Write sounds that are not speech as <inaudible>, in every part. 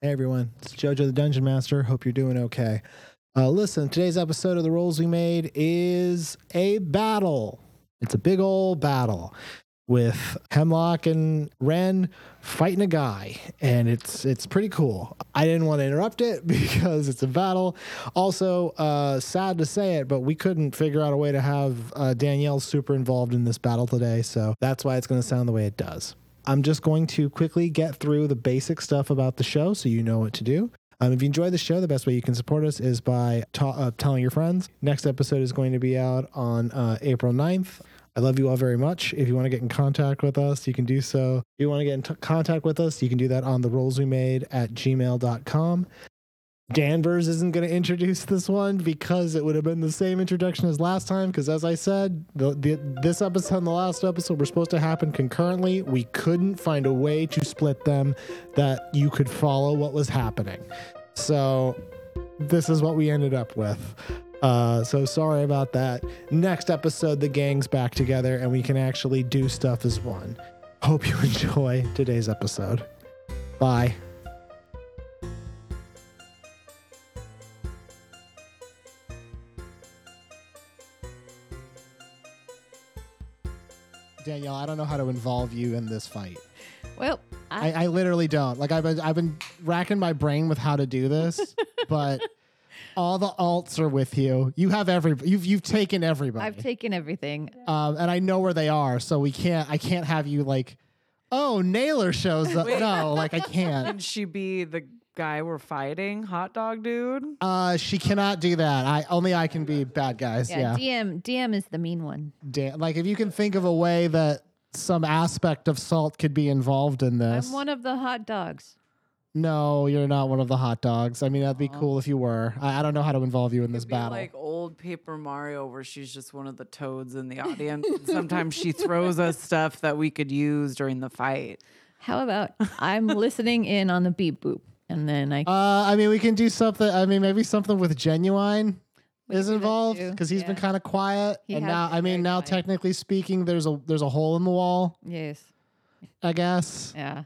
Hey everyone, it's JoJo the Dungeon Master. Hope you're doing okay. Uh, listen, today's episode of The Rolls We Made is a battle. It's a big old battle with Hemlock and Ren fighting a guy, and it's it's pretty cool. I didn't want to interrupt it <laughs> because it's a battle. Also, uh, sad to say it, but we couldn't figure out a way to have uh, Danielle super involved in this battle today, so that's why it's going to sound the way it does. I'm just going to quickly get through the basic stuff about the show so you know what to do. Um, if you enjoy the show, the best way you can support us is by ta- uh, telling your friends. Next episode is going to be out on uh, April 9th. I love you all very much. If you want to get in contact with us, you can do so. If you want to get in t- contact with us, you can do that on the rolls we made at gmail.com. Danvers isn't going to introduce this one because it would have been the same introduction as last time. Because as I said, the, the, this episode and the last episode were supposed to happen concurrently. We couldn't find a way to split them that you could follow what was happening. So this is what we ended up with. Uh, so sorry about that. Next episode, the gang's back together and we can actually do stuff as one. Hope you <laughs> enjoy today's episode. Bye. Danielle, I don't know how to involve you in this fight. Well, I, I, I literally don't. Like I've been, I've been racking my brain with how to do this, but all the alts are with you. You have every, you've you've taken everybody, I've taken everything. um, and I know where they are. So we can't, I can't have you like, oh, Naylor shows up. No, like I can't. <laughs> Can she be the guy we're fighting, hot dog dude? Uh, she cannot do that. I only I can be bad guys. Yeah, Yeah, DM DM is the mean one. Dan, like if you can think of a way that some aspect of salt could be involved in this. I'm one of the hot dogs. No, you're not one of the hot dogs. I mean, that'd be cool if you were. I, I don't know how to involve you in this Be battle. like old Paper Mario, where she's just one of the toads <laughs> in the audience. and Sometimes she throws us stuff that we could use during the fight. How about I'm listening in on the beep boop, and then I Uh, I mean, we can do something. I mean, maybe something with genuine is do that involved too, because he's been yeah. kind of quiet. He and has now, been I mean, very now quiet. technically speaking, there's a there's a hole in the wall. yes, I guess yeah,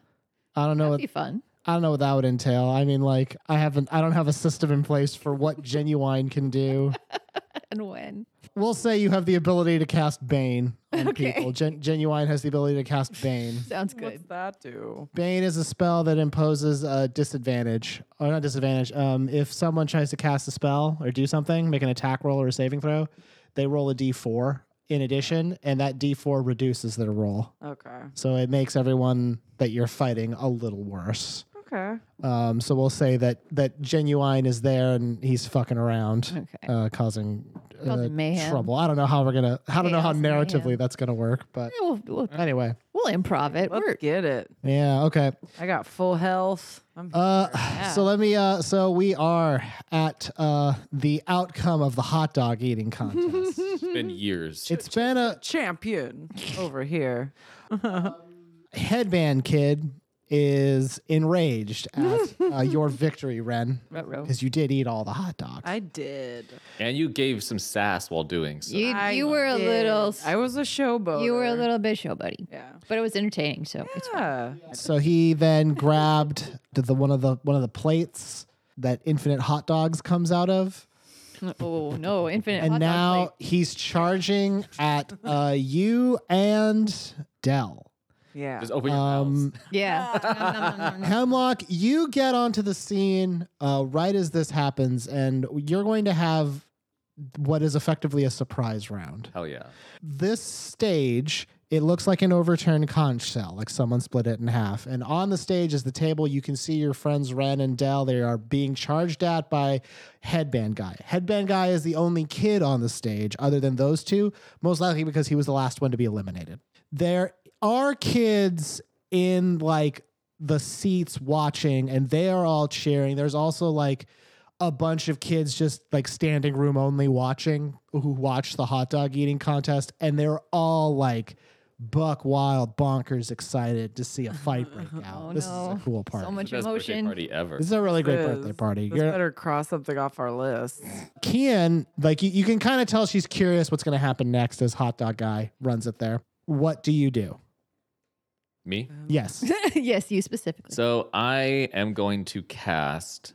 I don't know. that'd What, be fun. <laughs> I don't know what that would entail. I mean, like I haven't. I don't have a system in place for what genuine can do. <laughs> And when We'll say you have the ability to cast Bane on Okay. people. Gen- genuine has the ability to cast Bane. sounds good. What's that do? Bane is a spell that imposes a disadvantage, or not disadvantage. Um, if someone tries to cast a spell or do something, make an attack roll or a saving throw, they roll a d4 in addition, and that d4 reduces their roll. Okay. So it makes everyone that you're fighting a little worse. Okay. Um, so we'll say that that genuine is there and he's fucking around, Okay. uh, causing, uh, Causing mayhem. trouble. I don't know how we're gonna. I don't know how Chaos and mayhem. narratively that's gonna work, but Yeah, we'll, we'll, anyway, we'll improv it. Let's We're, get it. yeah, okay. I got full health. I'm Uh, so let me. Uh, so we are at uh, the outcome of the hot dog eating <laughs> contest. been Mm-hmm. years. it's been a champion over here. headband kid is enraged <laughs> at uh, your victory, Ren, Ruh-roh. because you did eat all the hot dogs. I did. And you gave some sass while doing so. you I you were a did. little s- I was a showboat. you were a little bit showbuddy, Yeah. but it was entertaining. So it's fun. Yeah. so he then grabbed the, the one of the one of the plates that infinite hot dogs comes out of, <laughs> oh no, infinite. and hot dog now plate. charging at uh, you and Dell. Yeah. Just open your Um, mouths. <laughs> yeah. Nom, nom, nom, nom. Hemlock, you get onto the scene uh, right as this happens, and you're going to have what is effectively a surprise round. Hell yeah. This stage, it looks like an overturned conch shell, like someone split it in half. And on the stage is the table. You can see your friends Ren and Dell. They are being charged at by Headband Guy. Headband Guy is the only kid on the stage, other than those two, most likely because he was the last one to be eliminated. There are kids in like the seats watching and they are all cheering. There's also like a bunch of kids just like standing room only watching who watch the hot dog eating contest and they're all like buck wild bonkers excited to see a fight <laughs> break out. Oh, this no. is a cool party. So much Best birthday emotion. party ever. this is a really great This birthday is- party. Let's You're, better cross something off our list. Kian, like you, you can kind of tell she's curious what's going to happen next as hot dog guy runs it there. What do you do? Me? <laughs> Yes. <laughs> yes, you specifically. So I am going to cast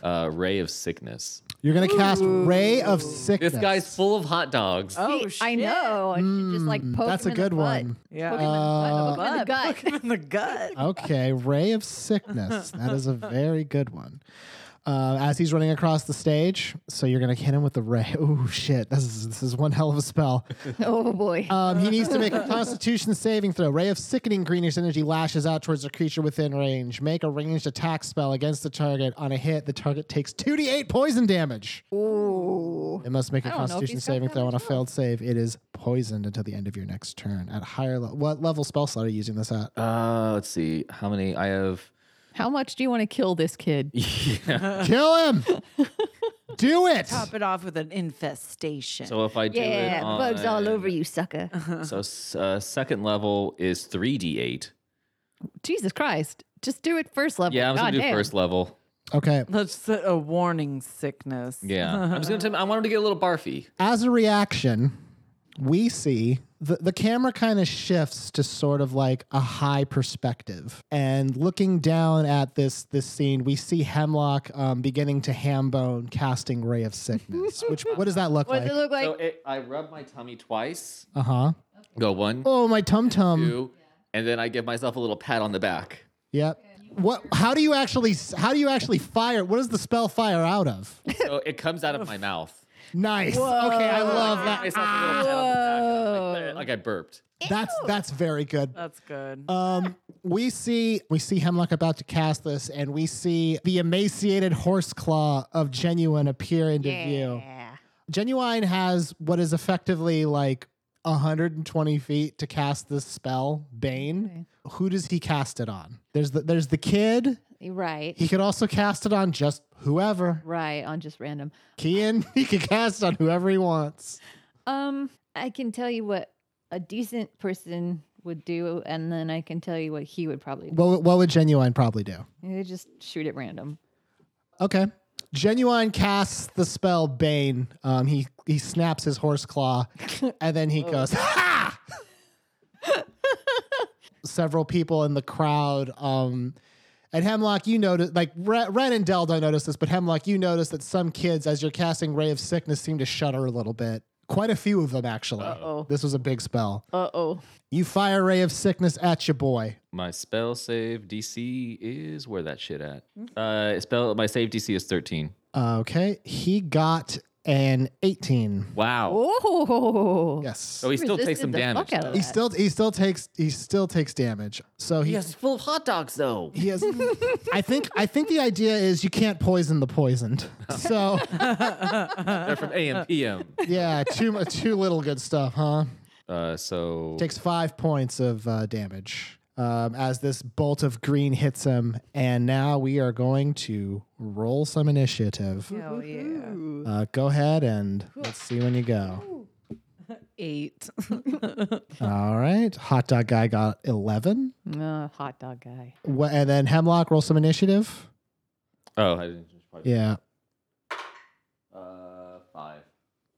uh, Ray of Sickness. You're going to cast Ray of Sickness. This guy's full of hot dogs. Oh, See, I shit. know. I should just like Mm, poke that's him a in the good butt. one. Yeah. Poke him in the butt, Uh, poke him in the gut. Look him in the <laughs> gut. Okay, Ray of Sickness. That is a very good one. Uh, as he's running across the stage, so you're gonna hit him with the ray. <laughs> Oh shit! This is this is one hell of a spell. <laughs> Oh boy. Um, he needs to make a Constitution saving throw. Ray of sickening greenish energy lashes out towards a creature within range. Make a ranged attack spell against the target. On a hit, the target takes two d eight poison damage. Ooh. It must make a I don't know if Constitution he's got saving that throw. On a much health. failed save, it is poisoned until the end of your next turn. At higher level, what level spell slot are you using this at? Uh, let's see how many I have. How much do you want to kill this kid? <laughs> Yeah. Kill <laughs> him. Do it. Top it off with an infestation. <laughs> So uh, if I do Yeah, it on, bugs all over you, sucker. So s- uh, second level is three d eight. <laughs> Jesus Christ. Just do it first level. Yeah, I'm just gonna God do damn. first level. Okay. Let's set a warning sickness. Yeah, <laughs> I'm just gonna. Tell him, I want him to get a little barfy. as a reaction, we see the, the camera kind of shifts to sort of like a high perspective. And looking down at this this scene, we see Hemlock um, beginning to hambone casting Ray of Sickness. which what does that look What like? does it look like? so it, I rub my tummy twice. Uh huh. Go one, Oh, my tum tum. two, and then I give myself a little pat on the back. Yep. What? How do you actually? s- How do you actually fire? What does the spell fire out of? So it comes out of my mouth. Nice. Okay, I love I that. give myself a little pat on the back, like, like I burped. That's that's very good. That's good. Um, we see we see Hemlock about to cast this, and we see the emaciated horse claw of Genuine appear into view. Yeah. Genuine has what is effectively like 120 feet to cast this spell, Bane. Who does he cast it on? There's the there's the kid. You're Right. He could also cast it on just whoever. right. On just random. Kian, <laughs> he could cast on whoever he wants. Um, I can tell you what a decent person would do, and then I can tell you what he would probably do. What, would- what would Genuine probably do? He would just shoot at random. Okay. Genuine casts the spell Bane. Um, he he snaps his horse claw, and then he goes ha. Several people in the crowd, um, and Hemlock, you notice like Re- Ren and Del don't notice this, but Hemlock, you notice that some kids, as you're casting Ray of Sickness, seem to shudder a little bit. Quite a few of them, actually. Uh-oh. This was a big spell. Uh oh. You fire Ray of Sickness at your boy. My spell save DC is where that shit at. Uh, spell my save DC is thirteen. Okay, he got an 18. Wow. Oh. Yes. So he still takes some damage. though. He still he still takes he still takes damage. So he Yes, full of hot dogs though. he has. I think I think the idea is you can't poison the poisoned. So They're from AM PM. yeah, too mu- too little good stuff, huh? <laughs> Uh, so Takes five points of uh, damage um, as this bolt of green hits him, and now we are going to roll some initiative. Hell yeah. Uh, go ahead and let's see when you go. Eight. <laughs> All right, hot dog guy got eleven. Uh, hot dog guy. Wha- and then Hemlock roll some initiative. oh, I didn't. Yeah, Uh, five.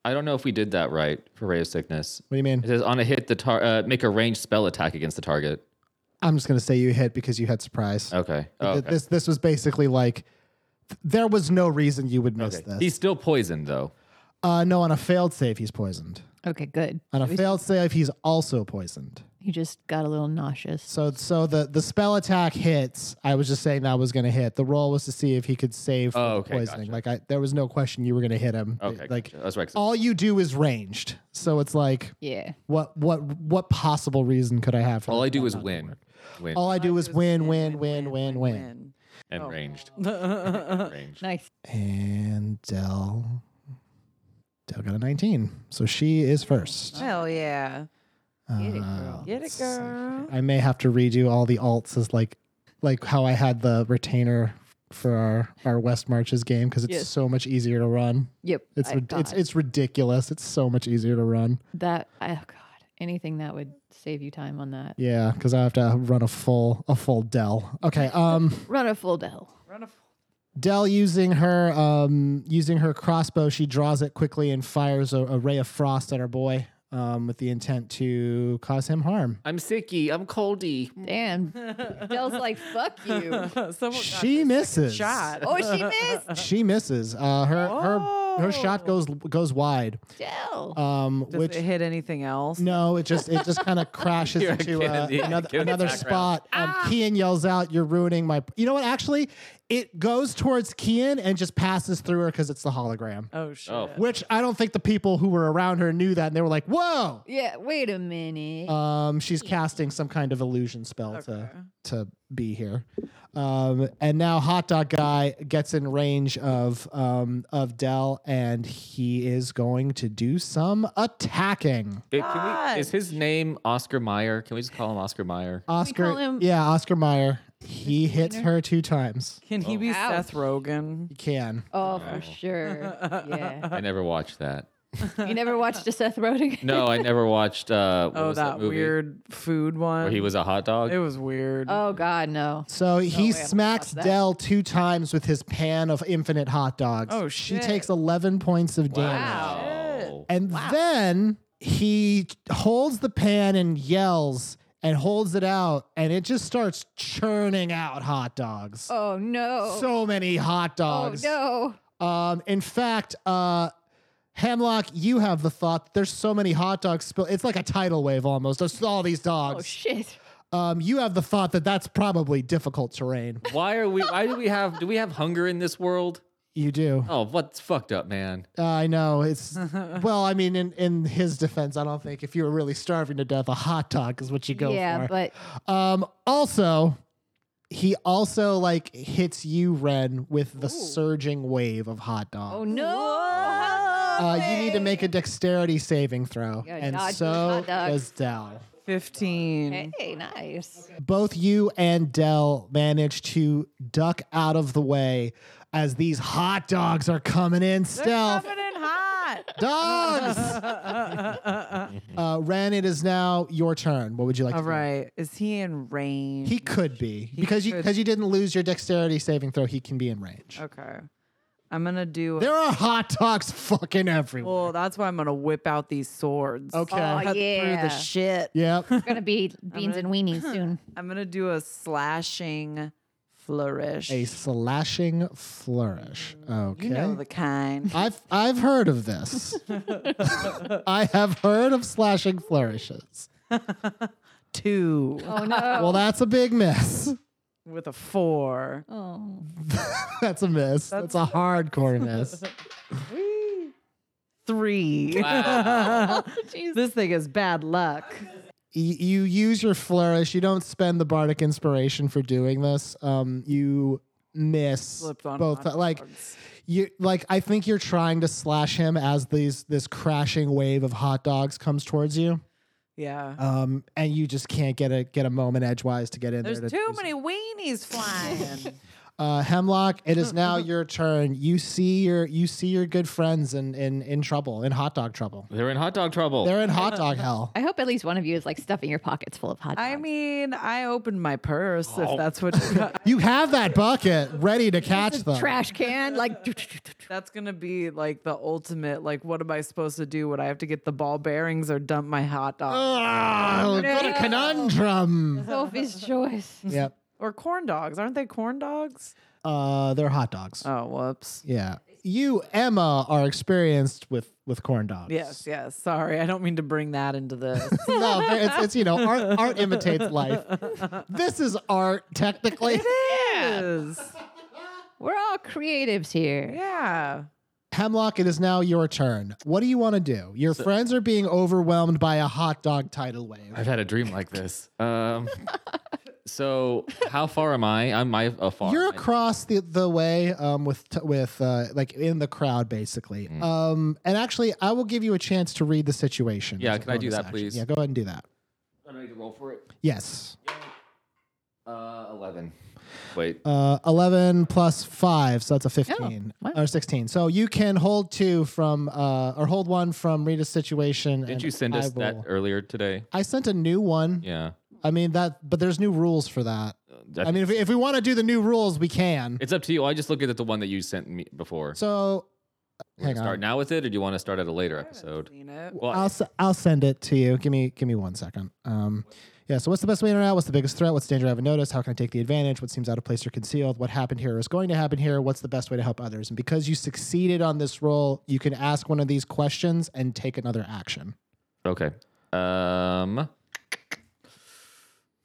I don't know if we did that right for Ray of Sickness. what do you mean? It says on a hit, the tar- uh, make a ranged spell attack against the target. I'm just gonna say you hit because you had surprise. Okay. Oh, Th- okay. This this was basically like th- there was no reason you would miss Okay. this. He's still poisoned though. uh, no, on a failed save he's poisoned. Okay, good. On a failed save he's also poisoned. He just got a little nauseous. So so the the spell attack hits. I was just saying that was gonna hit. The roll was to see if he could save from Oh, the okay, poisoning. Like I, there was no question you were gonna hit him. Okay. Like gotcha. that's right. 'cause- all you do is ranged. So it's like Yeah. what what what possible reason could I have for all that I do not is to win, work? win, All I do is win, win, win, win, win. and oh. <laughs> ranged. win. Ranged. Nice. And Dell. Dell got a 19. So she is first. Hell yeah. Get it, Uh, girl. Get it, let's see here. girl. I may have to redo all the alts as like like how I had the retainer for our, our West Marches game because it's Yes. so much easier to run. Yep. It's I- rid- it's God. it's ridiculous. It's so much easier to run. that. I, oh God. Anything that would save you time on that. Yeah, because I have to run a full a full Dell. Okay. Um Run a full Dell. Run a f- Dell using her um using her crossbow, she draws it quickly and fires a, a ray of frost at her boy. um, with the intent to cause him harm. I'm sicky. I'm coldy. Mm. Damn. Belle's like, fuck you. <laughs> <laughs> <laughs> Someone got She their second misses. Shot. Oh, she Uh-huh. missed. She misses. Uh, her her her shot goes goes wide. Jill. Um, <laughs> Does which it hit anything else? no, it just it just kind <laughs> of crashes You're into kidding uh, me. another Give it another background. Ah! spot. Um, Kian yells out, "You're ruining my." You know what? Actually, it goes towards Kian and just passes through her because it's the hologram. Oh shit. Oh. Which I don't think the people who were around her knew that, and they were like, "Whoa!" yeah, wait a minute. Um, she's casting some kind of illusion spell to Okay. to be here. Um, and now hot dog guy gets in range of um of Dell, and he is going to do some attacking. It- can God. we, is his name Oscar Meyer? Can we just call him Oscar Meyer? Oscar, call him- yeah, Oscar Meyer. He hits her two times. Can Oh. he be Ouch. Seth Rogen? Oh, He can. oh, no. for sure. <laughs> <laughs> Yeah. I never watched that. You never watched a Seth Rogen? No, I never watched. <laughs> Uh, what Oh, was that, that movie weird food one. where he was a hot dog. It was weird. <laughs> Oh, God, no. So he wait, I'm smacks gonna watch that. Dell two times with his pan of infinite hot dogs. Oh, she shit. takes eleven points of damage. Wow. And then he holds the pan and yells and holds it out, and it just starts churning out hot dogs. Oh, no. So many hot oh, dogs. no. Um, in fact, uh, Hemlock, you have the thought that there's so many hot dogs spill. It's like a tidal wave almost. There's all these Oh, dogs. shit. um, you have the thought that that's probably difficult terrain. Why are we? Why do we have? Do we have hunger in this world? You do. Oh, what's fucked up, man? Oh. Uh, I know <laughs> it's well. I mean, in, in his defense, I don't think if you were really starving to death, a hot dog is what you go yeah, for. but Um, also, he also like hits you, Ren, with the surging wave of hot oh dog. no! uh, you need to make a dexterity saving throw, Yeah, and dodge so those hot dogs. does Dell. Fifteen. Hey, nice. Both you and Dell manage to duck out of the way as these hot dogs are coming in. Stealth Coming in hot. <laughs> dogs. <laughs> uh, Ren, it is now your turn. What would you like? All to do? right. Is he in range? He could be because you could. because you didn't lose your dexterity saving throw. He can be in range. okay. I'm gonna do. There are hot dogs fucking everywhere. well, that's why I'm gonna whip out these swords. Okay. Oh, Cut yeah. through the shit. Yep. <laughs> We're gonna <laughs> be beans and weenies soon. I'm gonna do a slashing flourish. A slashing flourish. Okay. You know the kind. I've I've heard of <laughs> this. I have heard of slashing flourishes. Two Oh no! <laughs> Well, that's a big miss. <laughs> with a four. <laughs> oh. That's a miss. That's, a hardcore <laughs> miss. Three. Wow. <laughs> this thing is bad luck. Y- you use your flourish. You don't spend the bardic inspiration for doing this. Um, you miss Slipped on both. hot like dogs. you like I think you're trying to slash him as these this crashing wave of hot dogs comes towards you. Yeah. Um, and you just can't get a get a moment edgewise to get in There's there. to too do many weenies flying. Uh, Hemlock, it is <laughs> now your turn. You see your you see your good friends in in in trouble, in hot dog trouble. They're in hot dog trouble. They're in hot dog hell. I hope at least one of you is like stuffing your pockets full of hot dogs. I mean, I opened my purse Oh. if that's what <laughs> You have that bucket ready to catch them. trash can, <laughs> <laughs> like that's gonna be like the ultimate. Like, what am I supposed to do? Would I have to get the ball bearings or dump my hot dog Oh, what a conundrum. <laughs> Sophie's choice. yep. or corn dogs? Aren't they corn dogs? Uh, they're hot dogs. Oh, whoops. Yeah. You, Emma, are experienced with with corn dogs. Yes, yes. Sorry, I don't mean to bring that into <laughs> this. no, but it's, it's you know art. Art imitates life. This is art, technically. Yes. We're all creatives here. Yeah. Hemlock, it is now your turn. What do you want to do? Your friends are being overwhelmed by a hot dog tidal wave. I've had a dream like this. Um, so how far am I? I'm my a far. You're across the the way um, with t- with uh, like in the crowd basically. Mm. Um, and actually, I will give you a chance to read the situation. Yeah, as a can I do bonus that, please? Yeah, go ahead and do that. I need to roll for it. Yes, Uh, eleven. Wait. uh, eleven plus five, so that's a fifteen wow. or sixteen. So you can hold two from uh, or hold one from Rita's situation. Did you send us that earlier today? I sent a new one. Yeah. I mean that, but there's new rules for that. That- I mean, if, if we want to do the new rules, we can. it's up to you. I just looked at the one that you sent me before. So We're gonna Hang start on. now with it, or do you want to start at a later I haven't episode? seen it. Well, I'll s- I'll send it to you. Give me give me one second. Um, yeah. So what's the best way in or out? What's the biggest threat? What's the danger I haven't noticed? How can I take the advantage? What seems out of place or concealed? What happened here is going to happen here? What's the best way to help others? And because you succeeded on this roll, you can ask one of these questions and take another action. okay. Um,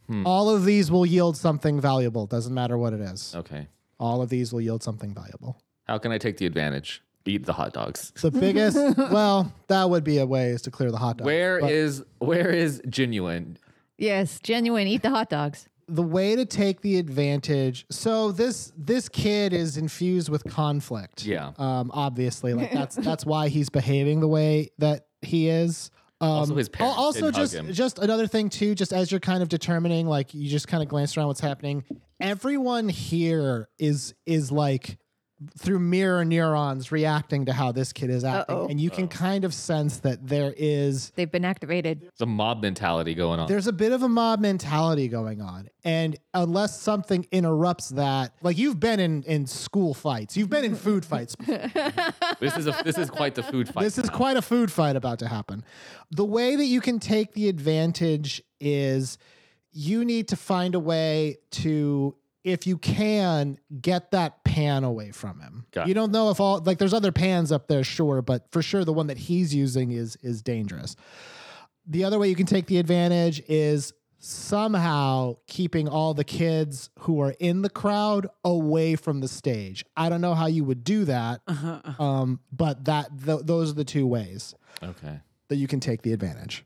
Hmm. All of these will yield something valuable. Doesn't matter what it is. okay. All of these will yield something valuable. How can I take the advantage? Eat the hot dogs. The biggest, well, that would be a way is to clear the hot dog. Where But is where is genuine? Yes, genuine. Eat the hot dogs. the way to take the advantage? So this this kid is infused with conflict. Yeah. Um, obviously, like <laughs> that's that's why he's behaving the way that he is. Um, Also, his al- parents also didn't hug just him. just another thing too. Just as you're kind of determining, like you just kind of glance around what's happening. Everyone here is is like through mirror neurons reacting to how this kid is acting, Uh-oh. and you can kind of sense that there is They've been activated. It's a mob mentality going on. there's a bit of a mob mentality going on. And unless something interrupts that, like you've been in, in school fights, you've been in food <laughs> fights. This is a this is quite the food <laughs> fight. This is now. quite a food fight about to happen. The way that you can take the advantage is you need to find a way to, if you can, get that pan away from him. Got you don't know if all like there's other pans up there, sure, but for sure the one that he's using is is dangerous. The other way you can take the advantage is somehow keeping all the kids who are in the crowd away from the stage. I don't know how you would do that, um, but that th- those are the two ways okay. that you can take the advantage.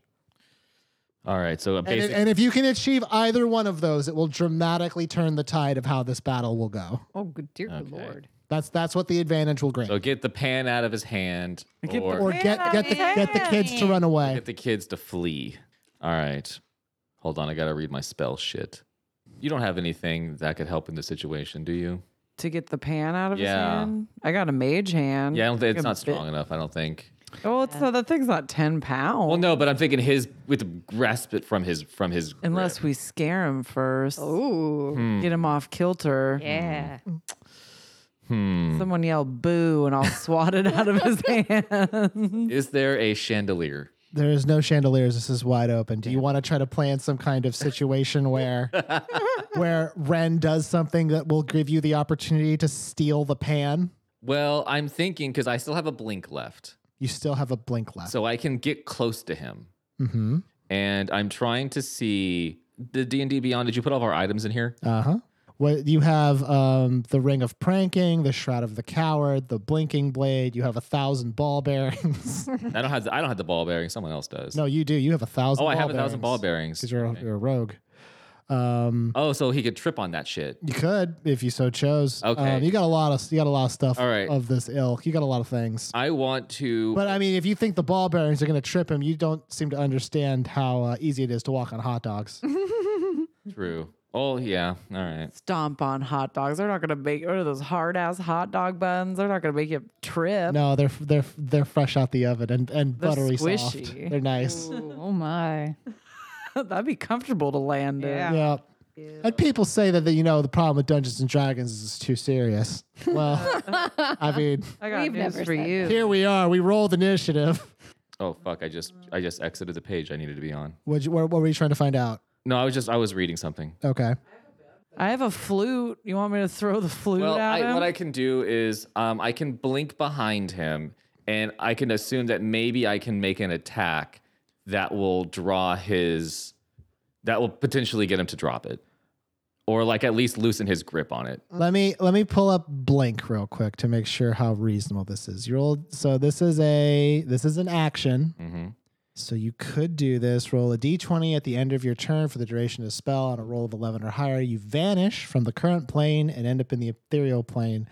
All right. So a And, basic. and if you can achieve either one of those, it will dramatically turn the tide of how this battle will go. Oh, good dear Okay. lord. That's that's what the advantage will grant. so get the pan out of his hand, Get the or Or get get the get the kids to run away. get the kids to flee. All right. Hold on. I gotta read my spell shit. You don't have anything that could help in this situation, do you? To get the pan out of Yeah. his hand, I got a mage hand. Yeah, I don't think Like it's a not bit- strong enough. I don't think. Oh, it's not, that thing's not ten pounds. Well, no, but I'm thinking his with the grasp it from his from his. grip. Unless we scare him first, Oh. Ooh. Hmm. get him off kilter. Yeah. <laughs> Someone yell "boo" <laughs> and I'll swat it out of his hand. <laughs> is there a chandelier? There is no chandeliers. This is wide open. Do you want to try to plan some kind of situation <laughs> where where Ren does something that will give you the opportunity to steal the pan? Well, I'm thinking because I still have a blink left, You still have a blink left. so I can get close to him, mm-hmm. and I'm trying to see the D and D Beyond. Did you put all of our items in here? Uh Uh-huh. huh. What you have um, the ring of pranking, the shroud of the coward, the blinking blade. You have a thousand ball <laughs> bearings. I don't have the, I don't have the ball bearing. Someone else does. no, you do. You have a thousand. oh, I ball have a thousand ball bearings. because you're, a- Okay. you're a rogue. Um, Oh, so he could trip on that shit. you could if you so chose. Okay. Um, you got a lot of you got a lot of stuff. All right. Of this ilk, you got a lot of things. I want to. But I mean, if you think the ball bearings are going to trip him, you don't seem to understand how uh, easy it is to walk on hot <laughs> dogs. True. Oh yeah. All right. Stomp on hot dogs. They're not gonna make. What are those hard ass hot dog buns? They're not gonna make you trip. no, they're they're they're fresh out the oven and and They're buttery squishy. soft. They're nice. Ooh, oh my. <laughs> That'd be comfortable to land in. Yeah. And people say that, that you know the problem with Dungeons and Dragons is it's too serious. Well, I mean, I got We've news never for said you. here we are. We rolled initiative. Oh fuck! I just I just exited the page I needed to be on. What'd you, what, what were you trying to find out? No, I was just I was reading something. Okay. I have a flute. You want me to throw the flute Well, at I, him? what I can do is um, I can blink behind him, and I can assume that maybe I can make an attack that will draw his, that will potentially get him to drop it, or like at least loosen his grip on it. Let me let me pull up blank real quick to make sure how reasonable this is. You rolled so this is a this is an action. Mm-hmm. So you could do this. Roll a d20 at the end of your turn for the duration of the spell. On a roll of 11 or higher, you vanish from the current plane and end up in the ethereal plane.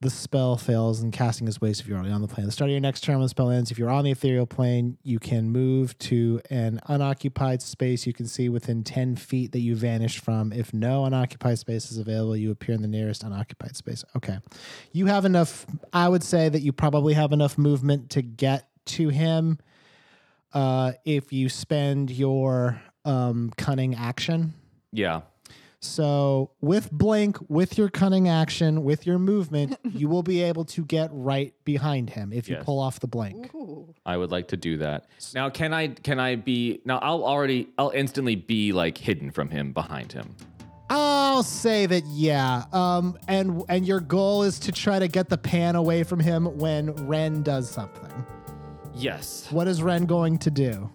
The spell fails and casting is waste if you're already on the plane. At the start of your next turn, when the spell ends, if you're on the ethereal plane, you can move to an unoccupied space you can see within 10 feet that you vanished from. If no unoccupied space is available, you appear in the nearest unoccupied space. Okay. You have enough, I would say that you probably have enough movement to get to him uh, if you spend your um, cunning action. Yeah. So with blink, with your cunning action, with your <laughs> movement, you will be able to get right behind him if you Yes. pull off the blink. Ooh. I would like to do that. Now, can I? Can I be? Now, I'll already. I'll instantly be like hidden from him, behind him. I'll say that yeah. Um and and your goal is to try to get the pan away from him when Ren does something. Yes. What is Ren going to do?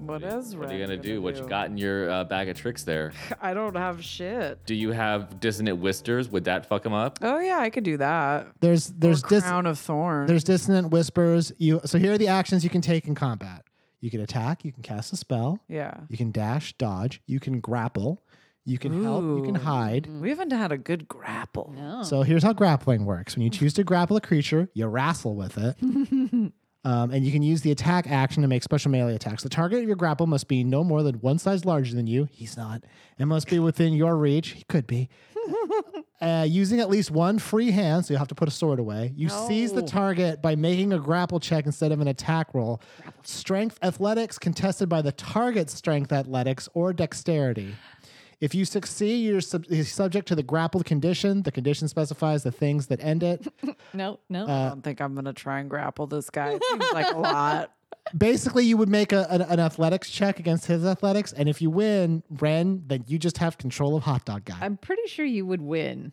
What is What are Ren you gonna do? What you got in your uh, bag of tricks there? <laughs> I don't have shit. Do you have dissonant whiskers? Would that fuck him up? Oh yeah, I could do that. There's there's or dis- crown of thorns. There's dissonant whispers. You so here are the actions you can take in combat. You can attack, you can cast a spell, yeah. you can dash, dodge, you can grapple, you can help, you can Ooh. hide. Mm. We haven't had a good grapple. No. So here's how grappling works. When you choose to grapple a creature, you wrestle with it. Um, and you can use the attack action to make special melee attacks. The target of your grapple must be no more than one size larger than you. He's not. And must be within your reach. He could be. uh, using at least one free hand, so you have to put a sword away. You seize the No. target by making a grapple check instead of an attack roll. Strength athletics contested by the target's strength athletics or dexterity. If you succeed, you're sub- subject to the grappled condition. The condition specifies the things that end it. <laughs> No, no. Uh, I don't think I'm gonna try and grapple this guy. It seems like a <laughs> lot. basically you would make a, an, an athletics check against his athletics and if you win ren then you just have control of hot dog guy I'm pretty sure you would win.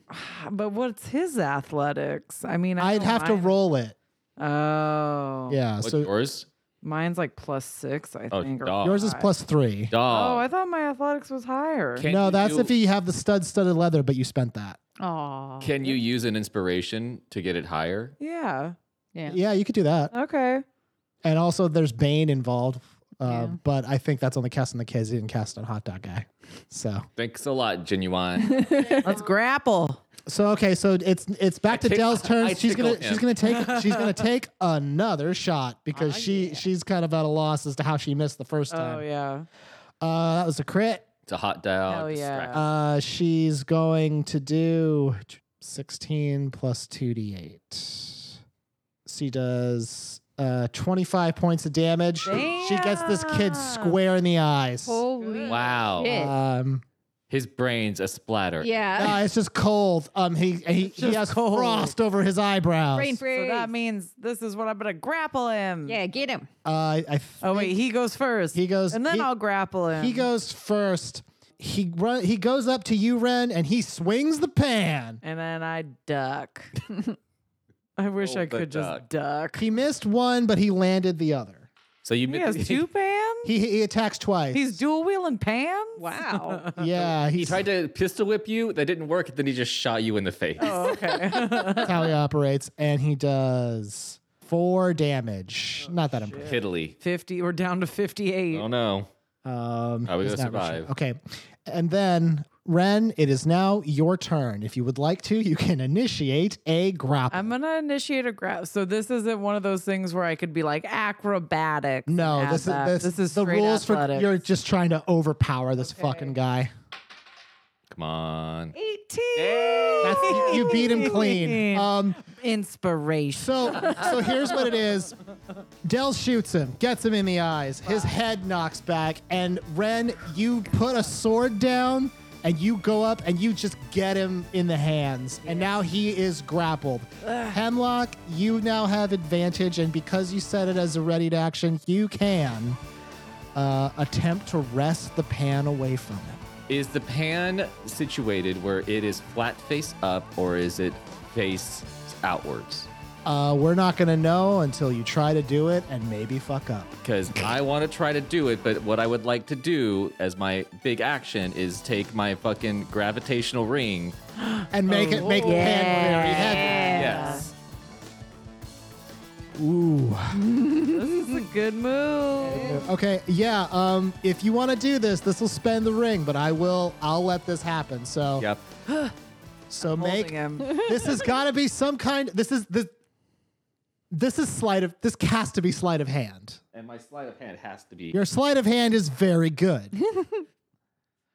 But what's his athletics? I mean, I i'd know have to mine- roll it Oh, yeah What's so yours? Mine's like plus six, I Oh, think. or dog. yours is five. plus three Oh, Dog. I thought my athletics was higher. Can no you that's do- if you have the stud studded leather but you spent that Oh. Can you use an inspiration to get it higher? yeah. Yeah. yeah. you could do that Okay. and also there's bane involved uh, Yeah. but i think that's only cast on the kids he didn't cast on hot dog guy so Thanks a lot, <laughs> genuine. <laughs> Let's <laughs> grapple. so okay so it's it's back to tick- dell's turn I she's gonna tickled she's him. gonna take she's <laughs> gonna take another shot because Ah, she she's kind of at a loss as to how she missed the first Oh, time yeah. uh that was a crit it's a hot dog. Hell yeah. distraction. Uh, she's going to do 16 plus 2d8. She does uh 25 points of damage. She gets this kid Damn. square in the eyes. Holy. Wow. Shit. <laughs> Um, His brain's a splatter. Yeah. no, it's just cold. Um, he he, he just has cold. frost over his eyebrows. Brain So freeze. that means this is what I'm going to grapple him. yeah, get him. Uh, I think Oh, wait. He goes first. he goes. And then he, I'll grapple him. he goes first. He run. He goes up to you, Ren, and he swings the pan. And then I duck. <laughs> <laughs> I wish Oh, I the could just duck. He missed one, but he landed the other. So you <laughs> He has two pans? He he attacks twice. He's dual wheeling pans? Wow. <laughs> Yeah, He he's tried to pistol whip you. That didn't work. Then he just shot you in the face. Oh, <laughs> okay. <laughs> <laughs> that's how he operates, and he does four Oh, damage. not that impressive. Italy. 50. We're down to 58. Oh no. Um, How are we it's gonna not really survive? sure. Okay, and then Ren, it is now your turn. If you would like to, you can initiate a grapple. I'm gonna initiate a grab. So this isn't one of those things where I could be like acrobatic. no, this is this, this is the straight rules athletics. for you're just trying to overpower this fucking guy. Come on. 18 That's, you, you beat <laughs> him clean. Um, inspiration. So, so here's what it is. Dell shoots him, gets him in the eyes. His head knocks back, and Ren, you put a sword down, and you go up, and you just get him in the hands, and now he is grappled. Hemlock, you now have advantage, and because you set it as a readied action, you can uh, attempt to wrest the pan away from him. Is the pan situated where it is flat face up or is it face outwards? Uh, we're not gonna know until you try to do it, and maybe fuck up. Because I want to try to do it, but what I would like to do as my big action is take my fucking gravitational ring. and make it make the pan very heavy. Yes. Ooh. this is a good move. Okay. Yeah. Um. If you want to do this, this will spend the ring, but I will. I'll let this happen. So. Yep. So Holding make him. <laughs> this has got to be some kind. This is this. This is sleight of. This has to be sleight of hand. And my sleight of hand has to be. <laughs> Your sleight of hand is very good.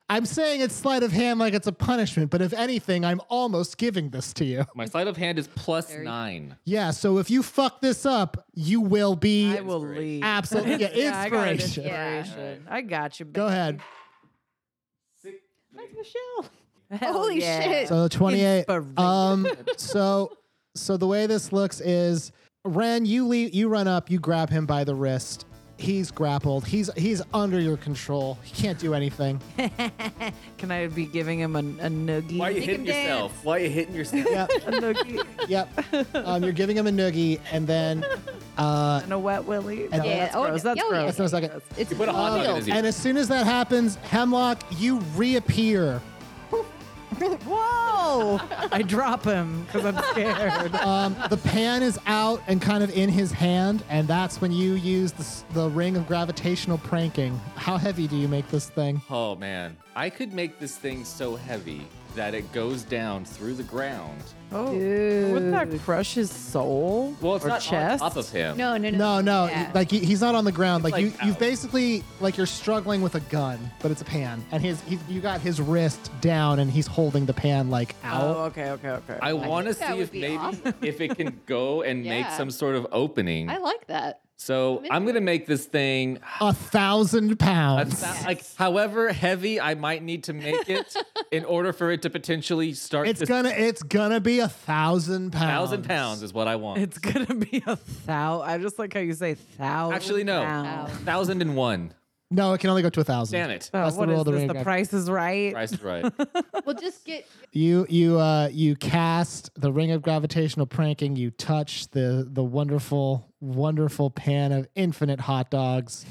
I'm saying it's sleight of hand like it's a punishment, but if anything, I'm almost giving this to you. My sleight of hand is plus Very- nine. Yeah, so if you fuck this up, you will be <laughs> I will leave. absolutely <laughs> yeah, I got an inspiration. Yeah. inspiration. I got you. Go babe. ahead. That's Michelle. Hell Holy yeah. shit. So 28. Inspiration. Um so so the way this looks is Ren, you leave you run up, you grab him by the wrist. He's grappled. He's he's under your control. He can't do anything. Can I be giving him a, a noogie? Why are you Make hitting him dance. yourself? Why are you hitting yourself? <laughs> Yep. a <laughs> noogie Yep. Um, you're giving him a noogie and then uh and a wet willy? No, then- that's Yeah, oh, gross. That's yeah, oh, yeah. that's gross. no second. It's put a hot dog in his ear. And as soon as that happens, Hemlock, you reappear. Whoa! I drop him because I'm scared. <laughs> Um, the pan is out and kind of in his hand, and that's when you use the, s- the ring of gravitational pranking. How heavy do you make this thing? Oh man, I could make this thing so heavy that it goes down through the ground. Oh, wouldn't that crush his soul? Well, it's or not on chest. top of him. No, no, no. No, no, Yeah. like he, he's not on the ground. Like, It's you, like you've out. basically like you're struggling with a gun, but it's a pan, and his he's, you got his wrist down, and he's holding the pan like out. Oh, okay, okay, okay. I want to think that see would if be maybe awesome. <laughs> if it can <laughs> go and make Yeah. some sort of opening. I like that. so I'm I'm into gonna make this thing A thousand a pounds. thou- like however heavy I might need to <laughs> make it in order for it to potentially start. It's to gonna it's gonna be a thousand pounds. thousand pounds is what I want. <laughs> it's gonna be a thou. I just like how you say thou. Actually, no, pounds. thousand and one. No, it can only go to a thousand. Damn it. Oh, That's the what rule is of the this? ring, The guys. price is <laughs> right. <laughs> Price is right. Well, just get You you uh you cast the ring of gravitational pranking. You touch the the wonderful wonderful pan of infinite hot dogs.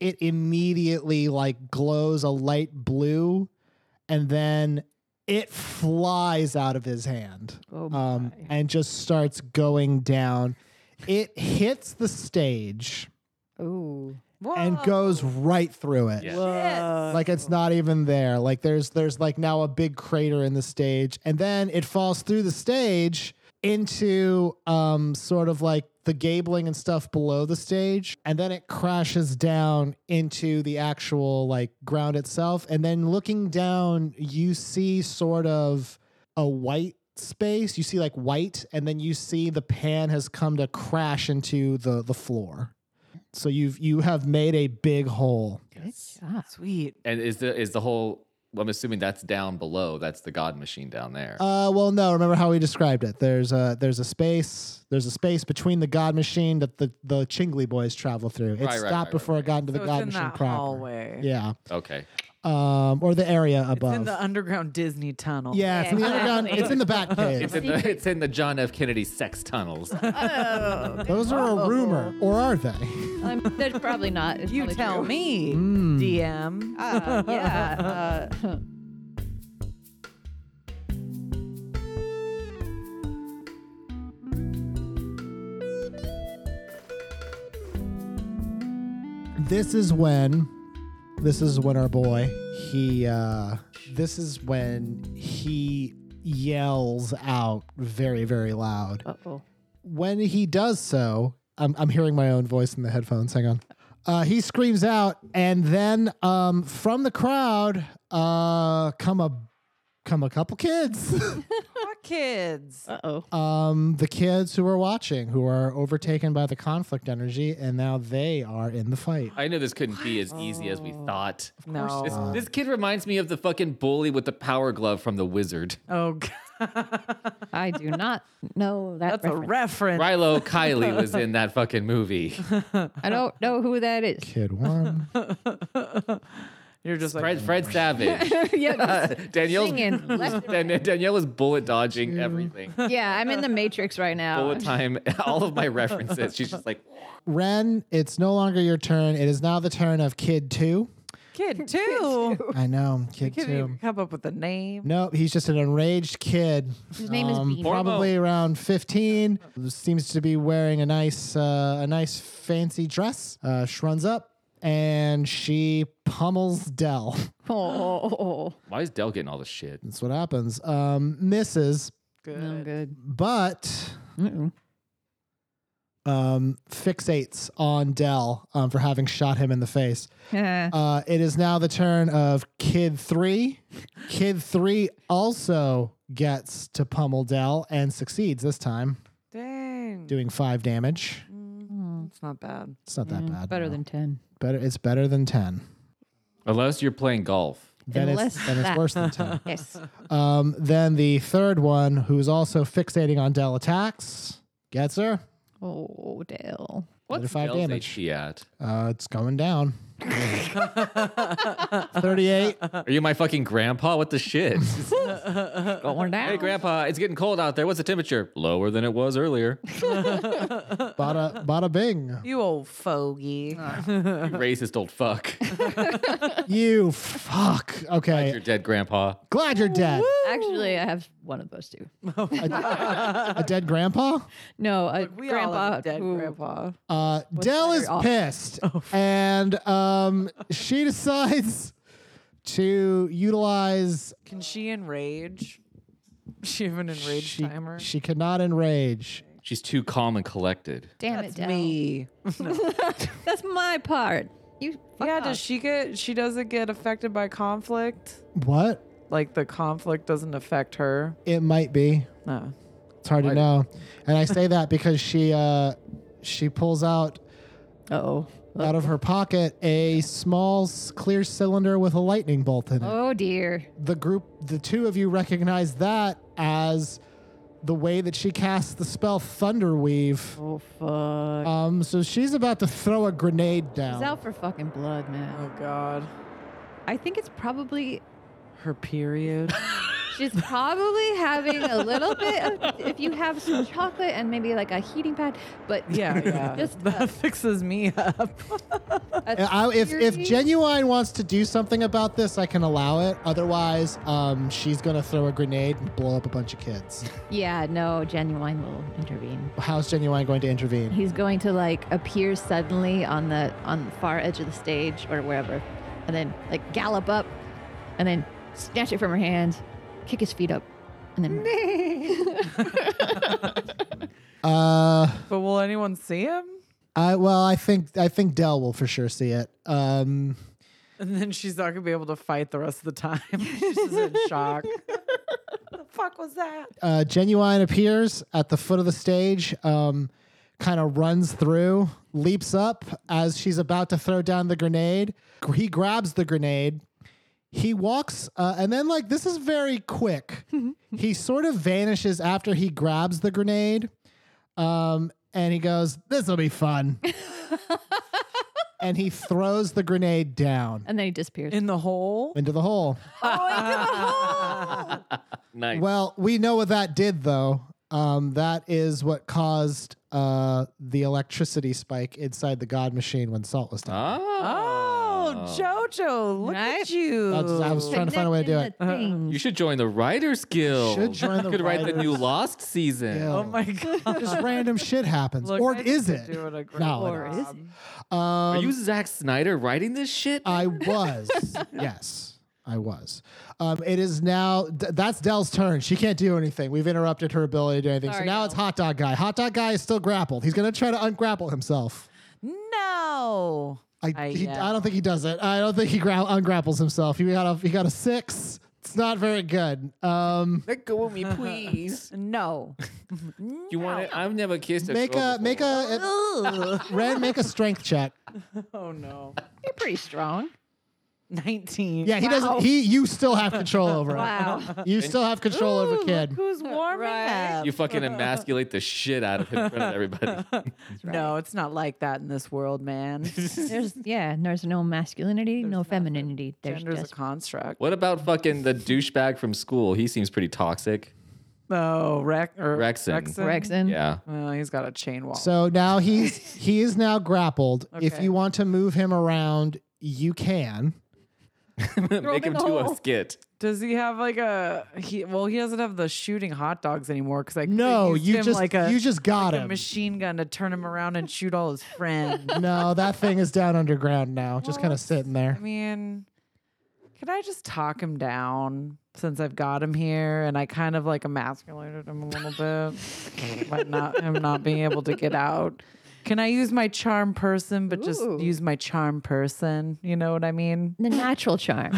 It immediately like glows a light blue, and then it flies out of his hand Oh um, and just starts going down. It hits the stage ooh. Oh. and goes right through it Yeah. Whoa. like it's not even there like there's there's like now a big crater in the stage and then it falls through the stage into um sort of like the gabling and stuff below the stage and then it crashes down into the actual like ground itself and then looking down you see sort of a white space you see like white and then you see the pan has come to crash into the the floor so you've you have made a big hole Yes. Sweet. And is the is the whole? I'm assuming that's down below. That's the God machine down there. Uh, well, no. Remember how we described it? There's a there's a space there's a space between the God Machine that the the Chingley boys travel through. It Right, right, stopped right, right, before right. it got into the So God it's in Machine that proper. hallway. Yeah, okay. um, or the area It's above. in the underground Disney tunnel. yeah, it's in the Yeah. underground. It's in the <laughs> back It's cave. in, the, it's in the John F. Kennedy <laughs> sex tunnels. Those are a rumor, or are they? I'm, that's probably not. It's You probably tell true. me, Mm. DM. <laughs> Uh, yeah. Uh, This is when, this is when our boy he. Uh, this is when he yells out very very loud. <laughs> oh. when he does so, I'm, I'm hearing my own voice in the headphones. Hang on. Uh, he screams out, and then um, from the crowd uh, come a come a couple kids. <laughs> Poor kids. Uh oh. um, the kids who are watching, who are overtaken by the conflict energy, and now they are in the fight. I knew this couldn't be as easy as we thought. no. This, this kid reminds me of the fucking bully with the power glove from The Wizard. oh, <laughs> God. I do not know that that's a reference. reference. Rilo Kiley was in that fucking movie. I don't know who that <laughs> is. Kid one, You're just Fred, like, Fred Savage. <laughs> yeah, <laughs> Danielle's, Singing left and Dan- Danielle was bullet dodging everything. yeah, I'm in the Matrix right now. <laughs> Bullet time, <laughs> all of my references. She's just like, Ren. It's no longer your turn. It is now the turn of Kid two. <laughs> kid too. I know, Kid Couldn't two. even come up with a name. Nope, he's just an enraged kid. His name is Bean. probably around 15. Seems to be wearing a nice, uh, a nice fancy dress. Uh, she runs up and she pummels Dell. <laughs> Oh, oh, <laughs> oh, why is Dell getting all this shit? That's what happens. Um, misses, oh. I'm Good. good. but Mm-mm. um, fixates on Dell um, for having shot him in the face. Yeah. Uh, it is now the turn of Kid Three. Kid Three also gets to pummel Dell and succeeds this time, Dang. doing five damage. Mm, Mm, it's not bad. It's not that yeah, bad. Mm, Better no. than <laughs> 10. better. It's better than ten. Unless you're playing golf. Then it's, Unless then it's that- worse than ten. Yes. Um, then the third one, who's also fixating on Dell attacks, gets her. Oh, Dale. What's five Dell's damage. HP at? Uh, it's going <laughs> down. 38. Are you my fucking grandpa? What the shit? Got one down. hey, grandpa, it's getting cold out there. What's the temperature? Lower than it was earlier. Bada, bada bing. You old fogey. <laughs> You racist old fuck. You fuck. Okay. You're dead, grandpa. Glad you're dead. Actually, I have one of those two. A dead grandpa? No, a we grandpa. all have a dead who- grandpa. Uh, Dell better is off? Oh, pissed. And um, she decides to utilize. Can she enrage? Does She have an enrage She, timer. she cannot enrage. She's too calm and collected. Damn it, That's Dale. me. That's my part. You. Fuck Yeah, off. does she get? She doesn't get affected by conflict. What? Like the conflict doesn't affect her. It might be. No. It's hard to know. And I say that because she uh, she pulls out Uh-oh. out of her pocket a small s- clear cylinder with a lightning bolt in it. Oh dear. The group, the two of you recognize that as the way that she casts the spell Thunderweave. Oh fuck. Um, so she's about to throw a grenade He's down. out for fucking blood, man. Oh God. I think it's probably Her period. she's probably <laughs> having a little bit of if you have some chocolate and maybe like a heating pad, but yeah, <laughs> yeah. Just that fixes me up. a I, if, if theory- Genuine wants to do something about this, I can allow it. Otherwise, um, she's going to throw a grenade and blow up a bunch of kids. Yeah, no, genuine will intervene. How's Genuine going to intervene? He's going to like appear suddenly on the on the far edge of the stage or wherever, and then like gallop up, and then snatch it from her hand, kick his feet up, and then Uh, But will anyone see him? I, well, I think I think Dell will for sure see it. Um, And then she's not gonna be able to fight the rest of the time. <laughs> she's just in shock. the fuck was that? uh, Genuine appears at the foot of the stage, um, kind of runs through, leaps up as she's about to throw down the grenade. He grabs the grenade. He walks, uh, and then, like, this is very quick. he sort of vanishes after he grabs the grenade. Um, and he goes, This will be fun. and he throws the grenade down and then he disappears. <laughs> Oh In the hole? into the hole. Nice. Well, we know what that did, though. Um, that is what caused uh, the electricity spike inside the God machine when salt was <laughs> down. <laughs> Ah. Oh, oh. Jojo, look at Nice. you. I was- I was trying to find a way to do it. Connecting the things. You should join the Writers Guild. Should join the you could write the new Writers Lost season. Yeah. oh <laughs> my god. Just random shit happens, Look, or I is think it? you're doing a great No, Or is job. it? Um, Uh, Are you Zack Snyder writing this shit? I <laughs> was. yes, I was. Um, it is now. th- that's Dell's turn. She can't do anything. We've interrupted her ability to do anything. so Sorry, now Del. it's hot dog guy. Hot dog guy is still grappled. He's gonna try to ungrapple himself. No. I, I, he, uh, I don't think he does it. I don't think he gra- ungrapples himself. He got a he got a six. It's not very good. Um, Let go of me, please. No. you want it? I've never kissed a make girl a make before. a Ren make a strength check. Oh <laughs> no. You're pretty strong. 19. Yeah, he doesn't. He you still have control over him. <laughs> Wow. <laughs> You still have control over kid. Who's warming Right. up? You fucking emasculate the shit out of him in front <laughs> of everybody. No, it's not like that in this world, <laughs> man. There's yeah, there's no masculinity, no femininity. There's Gender's just a construct. What about fucking the douchebag from school? He seems pretty toxic. Oh, Rex or Rexon. Rexon. Yeah. <laughs> Well, he's got a chain wall. So now he's he is now grappled. If Okay. you want to move him around, you can. Make him in the do a hole. skit. Does he have like a he? Well, he doesn't have the shooting hot dogs anymore because I could've No, used you him just like a you just got like a him. machine gun to turn him around and shoot all his friends. no, that thing is down underground now, just kind of sitting I there. mean, can I just talk him down since I've got him here and I kind of like emasculated him a little bit by not him not being able to get out? Can I use my charm person, but just Ooh. use my charm person? You know what I mean? <laughs> The natural charm.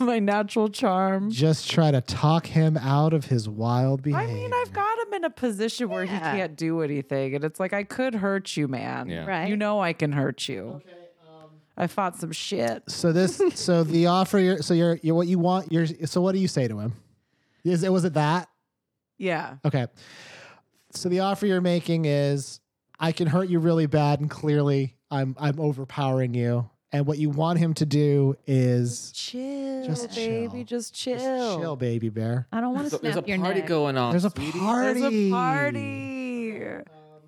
my natural charm. Just try to talk him out of his wild I behavior. mean, I've got him in a position where he Yeah. can't do anything. And it's like, I could hurt you, man. Yeah. Right. You know, I can hurt you. I fought some shit. so <laughs> this, so the offer, you're, so you're, you're what you want. You're, so what do you say to him? Is it was it that? Yeah. Okay. So the offer you're making is I can hurt you really bad and clearly I'm I'm overpowering you. And what you want him to do is Chill, Just baby. chill. Just chill. just chill, baby bear. I don't want to So there's a snap your party neck. going on. There's a sweetie. party. There's a party.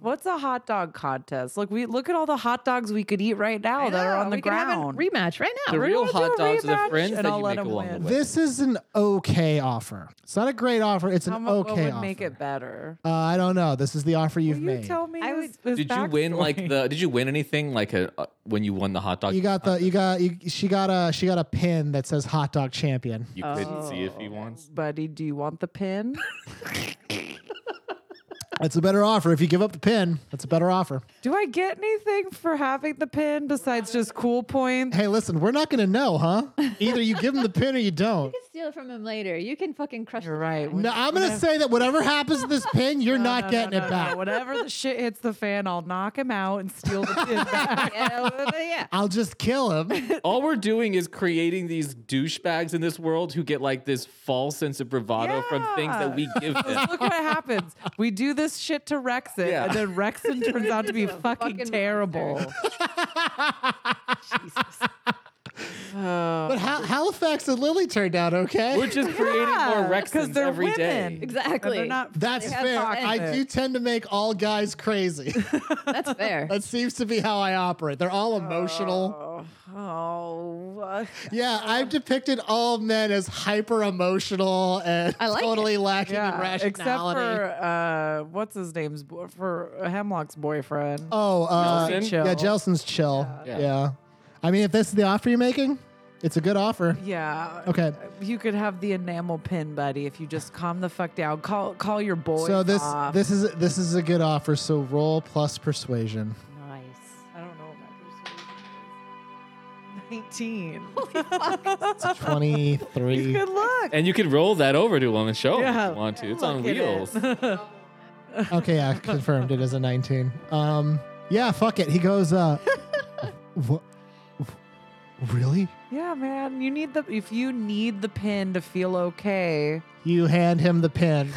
What's a hot dog contest? Look, we look at all the hot dogs we could eat right now I that are know, on the we could have a ground. rematch right now. The We're real gonna do hot a dogs are the rematch, friends and that I'll you let make 'em along win. the way. This is an okay offer. It's not a great offer. It's an How mu- okay what would offer. make it better? Uh, I don't know. This is the offer you've Will you made. tell me. I his- would- his Did you win like backstory? the? Did you win anything like a uh, when you won the hot dog? you got the you got you, she got a she got a pin that says hot dog champion. You couldn't see if he Oh. <laughs> wants. buddy? Do you want the pin? <laughs> That's a better offer. If you give up the pin, that's a better offer. Do I get anything for having the pin besides just cool <laughs> points? Hey, listen, we're not gonna know, huh? Either you give him the pin or you don't. You can steal from him later. You can fucking crush You're him. right. No, I'm gonna say that whatever happens to this pin, you're not No, no, getting no, it no. back. Whatever the shit hits the fan, I'll knock him out and steal the <laughs> pin. back. <laughs> Yeah, well, <laughs> yeah. I'll just kill him. All we're doing is creating these douchebags in this world who get like this false sense of bravado from things that we <laughs> give them. Look what happens. We do this shit to Rexon, Yeah. and then Rexon turns out to be into a fucking, fucking terrible. Jesus. Uh, But Hal- Halifax and Lily turned out okay. We're just creating more Yeah, 'cause Rexons they're every day. women. and Exactly. they're not. That's They have fair. fun. I do tend to make all guys crazy. <laughs> <laughs> That's fair. that seems to be how I operate. They're all emotional. Oh, oh, uh, Yeah, I've depicted all men as hyper emotional and I like totally lacking in yeah. Except rationality. for uh, what's his name's bo- for Hemlock's boyfriend. oh, uh, Nelson? yeah, Jelson's chill. Yeah. Yeah. I mean, if this is the offer you're making, it's a good offer. Yeah. Okay. You could have the enamel pin, buddy, if you just calm the fuck down. Call call your boy. So this off. this is this is a good offer. So roll plus persuasion. nice. I don't know what my persuasion. is. Nineteen. Twenty three. Good luck. And you could roll that over to them and show them if Yeah. you want to. It's on Look at it. <laughs> wheels. Okay, yeah, confirmed. It is a 19. Um, yeah, fuck it. He goes, uh, <laughs> what? Really? yeah, man. You need the if you need the pin to feel okay. You hand him the pin,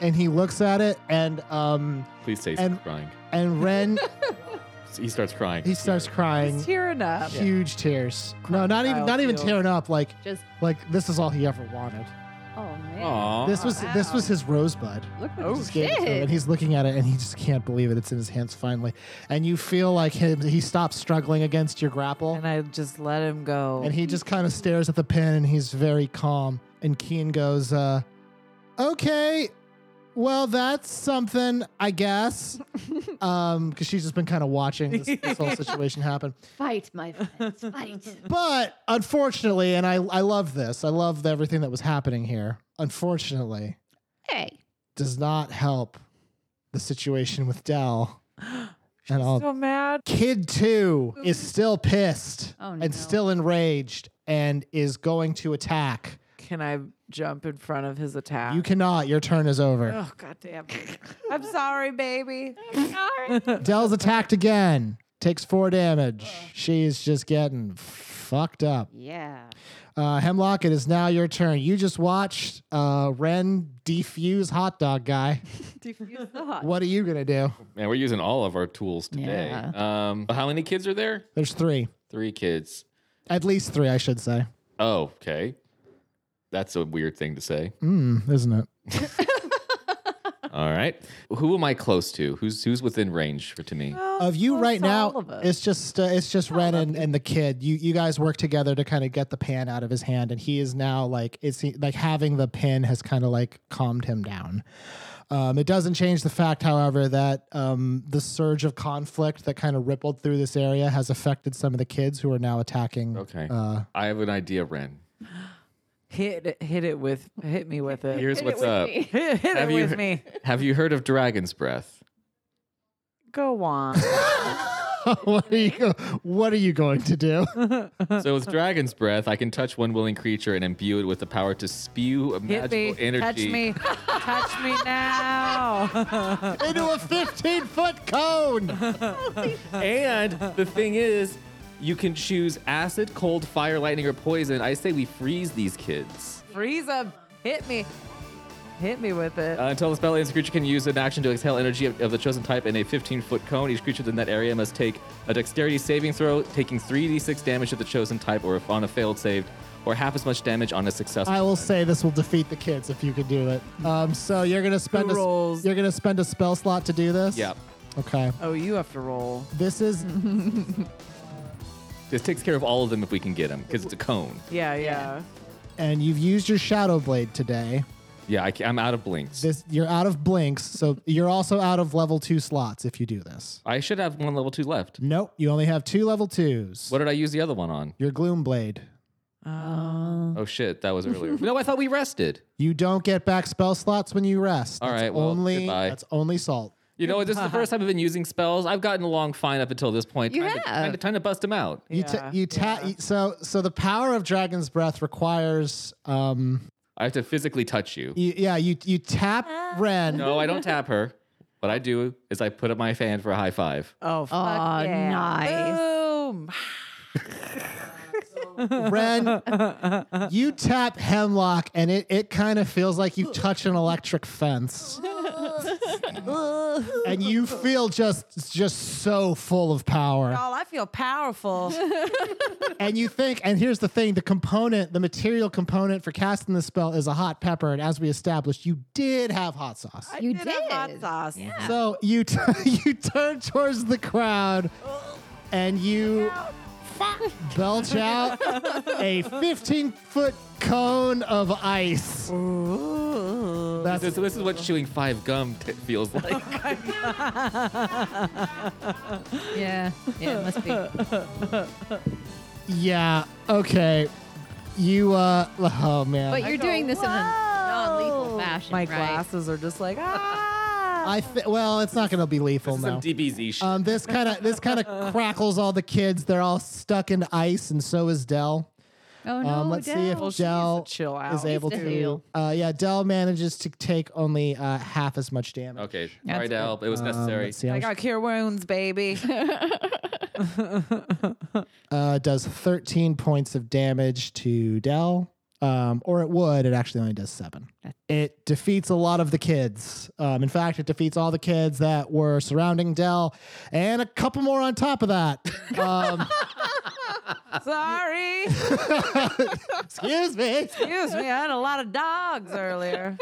and he looks at it, and um, Please say he's And- crying. and Ren He starts crying. he starts He's crying, tearing up. huge tears. No, not even Crocodile not even tears. tearing up. Like Just, like this is all he ever wanted. oh man. Aw. This was wow. this was his rosebud. Look what Oh, oh, Just gave it to him, shit. and he's looking at it, and he just can't believe it. It's in his hands finally, and you feel like him. He stops struggling against your grapple. And I just let him go. And he just kind of stares at the pin and he's very calm. And Keen goes, uh, okay, well, that's something, I <laughs> guess. Um, because she's just been kind of watching this, this whole situation happen. Fight, my <laughs> friends. Fight. But unfortunately, and I, I love this, I love everything that was happening here. Unfortunately, hey. does not help the situation with <gasps> Dell. And all so mad. Kid two is still pissed Oh, no. and still enraged and is going to attack. Can I jump in front of his attack? You cannot. Your turn is over. Oh <laughs> goddamn! I'm sorry, baby. <laughs> Dell's attacked again. Takes four damage. She's just getting fucked up. Yeah. Uh, Hemlock, it is now your turn. You just watched uh, Ren defuse hot dog guy. <laughs> Defuse the hot. What are you gonna do? Man, we're using all of our tools today. Um, how many kids are there? There's three, Three kids. at least three, I should say. Oh, okay. That's a weird thing to say. Mm, isn't it? All right. Who am I close to? Who's who's within range for to me? Of you Well, right it's Oh, all now, of us. Oh, it's just uh, it's just Ren and, and the kid. You you guys work together to kind of get the pan out of his hand, and he is now like it's like having the pin has kind of like calmed him down. Um, it doesn't change the fact, however, that um, the surge of conflict that kind of rippled through this area has affected some of the kids who are now attacking. Okay. Uh, I have an idea, Ren. hit it- hit it with hit me with it. <laughs> Here's what's with up. me. hit hit it Have you- with me. Have you heard of Dragon's Breath? Go on. <laughs> what are you go- What are you going to do? <laughs> <laughs> So with Dragon's Breath, I can touch one willing creature and imbue it with the power to spew a Hit me. magical energy. Touch me. Touch me now. Into a 15 foot cone. <laughs> And the thing is, you can choose acid, cold, fire, lightning, or poison. I say we freeze these kids. Freeze him. Hit me. Hit me with it. Uh, until the spell ends, the creature can use an action to exhale energy of, of the chosen type in a 15 foot cone. Each creature within that area must take a dexterity saving throw, taking 3d6 damage of the chosen type, or if on a failed save, or half as much damage on a successful. I will say this will defeat the kids if you can do it. Um, so you're gonna spend a, rolls? you're gonna spend a spell slot to do this. yeah. Okay. oh, you have to roll. This is This takes care of all of them if we can get them, because it's a cone. Yeah, yeah. and you've used your shadow blade today. Yeah, I, am out of blinks. This you're out of blinks, so you're also out of level two slots if you do this. I should have one level two left. Nope, you only have two level twos. What did I use the other one on? Your gloom blade. Oh shit, that was earlier. no, I thought we rested. You don't get back spell slots when you rest. All That's right, well, only goodbye. that's only salt. You know what? This is the first time I've been using spells. I've gotten along fine up until this point. You time, To, have. time, to, time to bust them out. You ta- Yeah, you ta- yeah. so so the power of dragon's breath requires um I have to physically touch you. you, yeah you you tap Ah. Ren No, I don't tap her. What I do is I put up my fan for a high five. Oh, fuck Aw, yeah. <laughs> nice. Boom. Ren you tap Hemlock and it it kind of feels like you touch an electric fence and you feel just just so full of power Y'all, I feel <laughs> powerful. and you think, and here's the thing: the component, the material component for casting this spell is a hot pepper. And as we established, you did have hot sauce, I You have hot did. sauce. so you <laughs> t- you turn towards the crowd, and you belch out a 15 foot cone of ice. That's This, this is what chewing five gum <laughs> t- feels like. Yeah. Yeah, it must be. <laughs> yeah. Okay. You uh oh man. But you're doing this in a non-lethal fashion, My right? glasses are <laughs> just like, ah. I thi- well, it's not going to be lethal now. Some DBZ shit. Um, this kind of this kind of crackles all the kids. They're all stuck in ice, and so is Dell. Oh no, Um, let's see if Dell. Well, she needs to Dell chill is out. able Needs to to. heal. Uh, yeah, Dell manages to take only uh, half as much damage. Um, okay, That's sorry to help. It was necessary. Let's see how I much- got cure wounds, <laughs> baby. <laughs> uh, does 13 points of damage to Dell, um, or it would. It actually only does seven. It defeats a lot of the kids. Um, in fact, it defeats all the kids that were surrounding Dell, and a couple more on top of that. Um, Sorry. excuse me. Excuse me. I had a lot of dogs <laughs> earlier.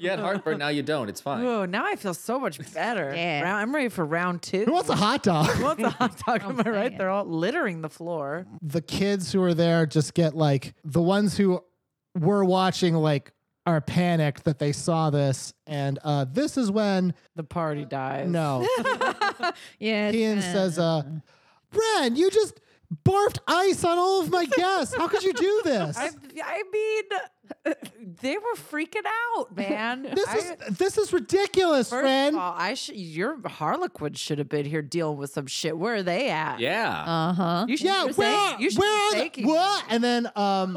You had heartburn, now you don't. It's <laughs> fine. Oh, now I feel so much better. Yeah. Round- I'm ready for round two. <laughs> Who wants a hot dog? <laughs> Who wants a hot dog? Am I right? saying. They're all littering the floor. the kids who are there just get like the ones who were watching like are panicked that they saw this and uh this is when The party dies. no Yeah. it's ian been- says uh bren you just barfed ice on all of my guests how could you <laughs> do this I, I mean, they were freaking <laughs> out, man. this I- is this is ridiculous first Bren. of all, I should your Harlequin should have been here dealing with some shit. Where are they at? Yeah. Uh-huh. you should yeah be where, thank- you should be where are the, thanking- what and then <laughs> um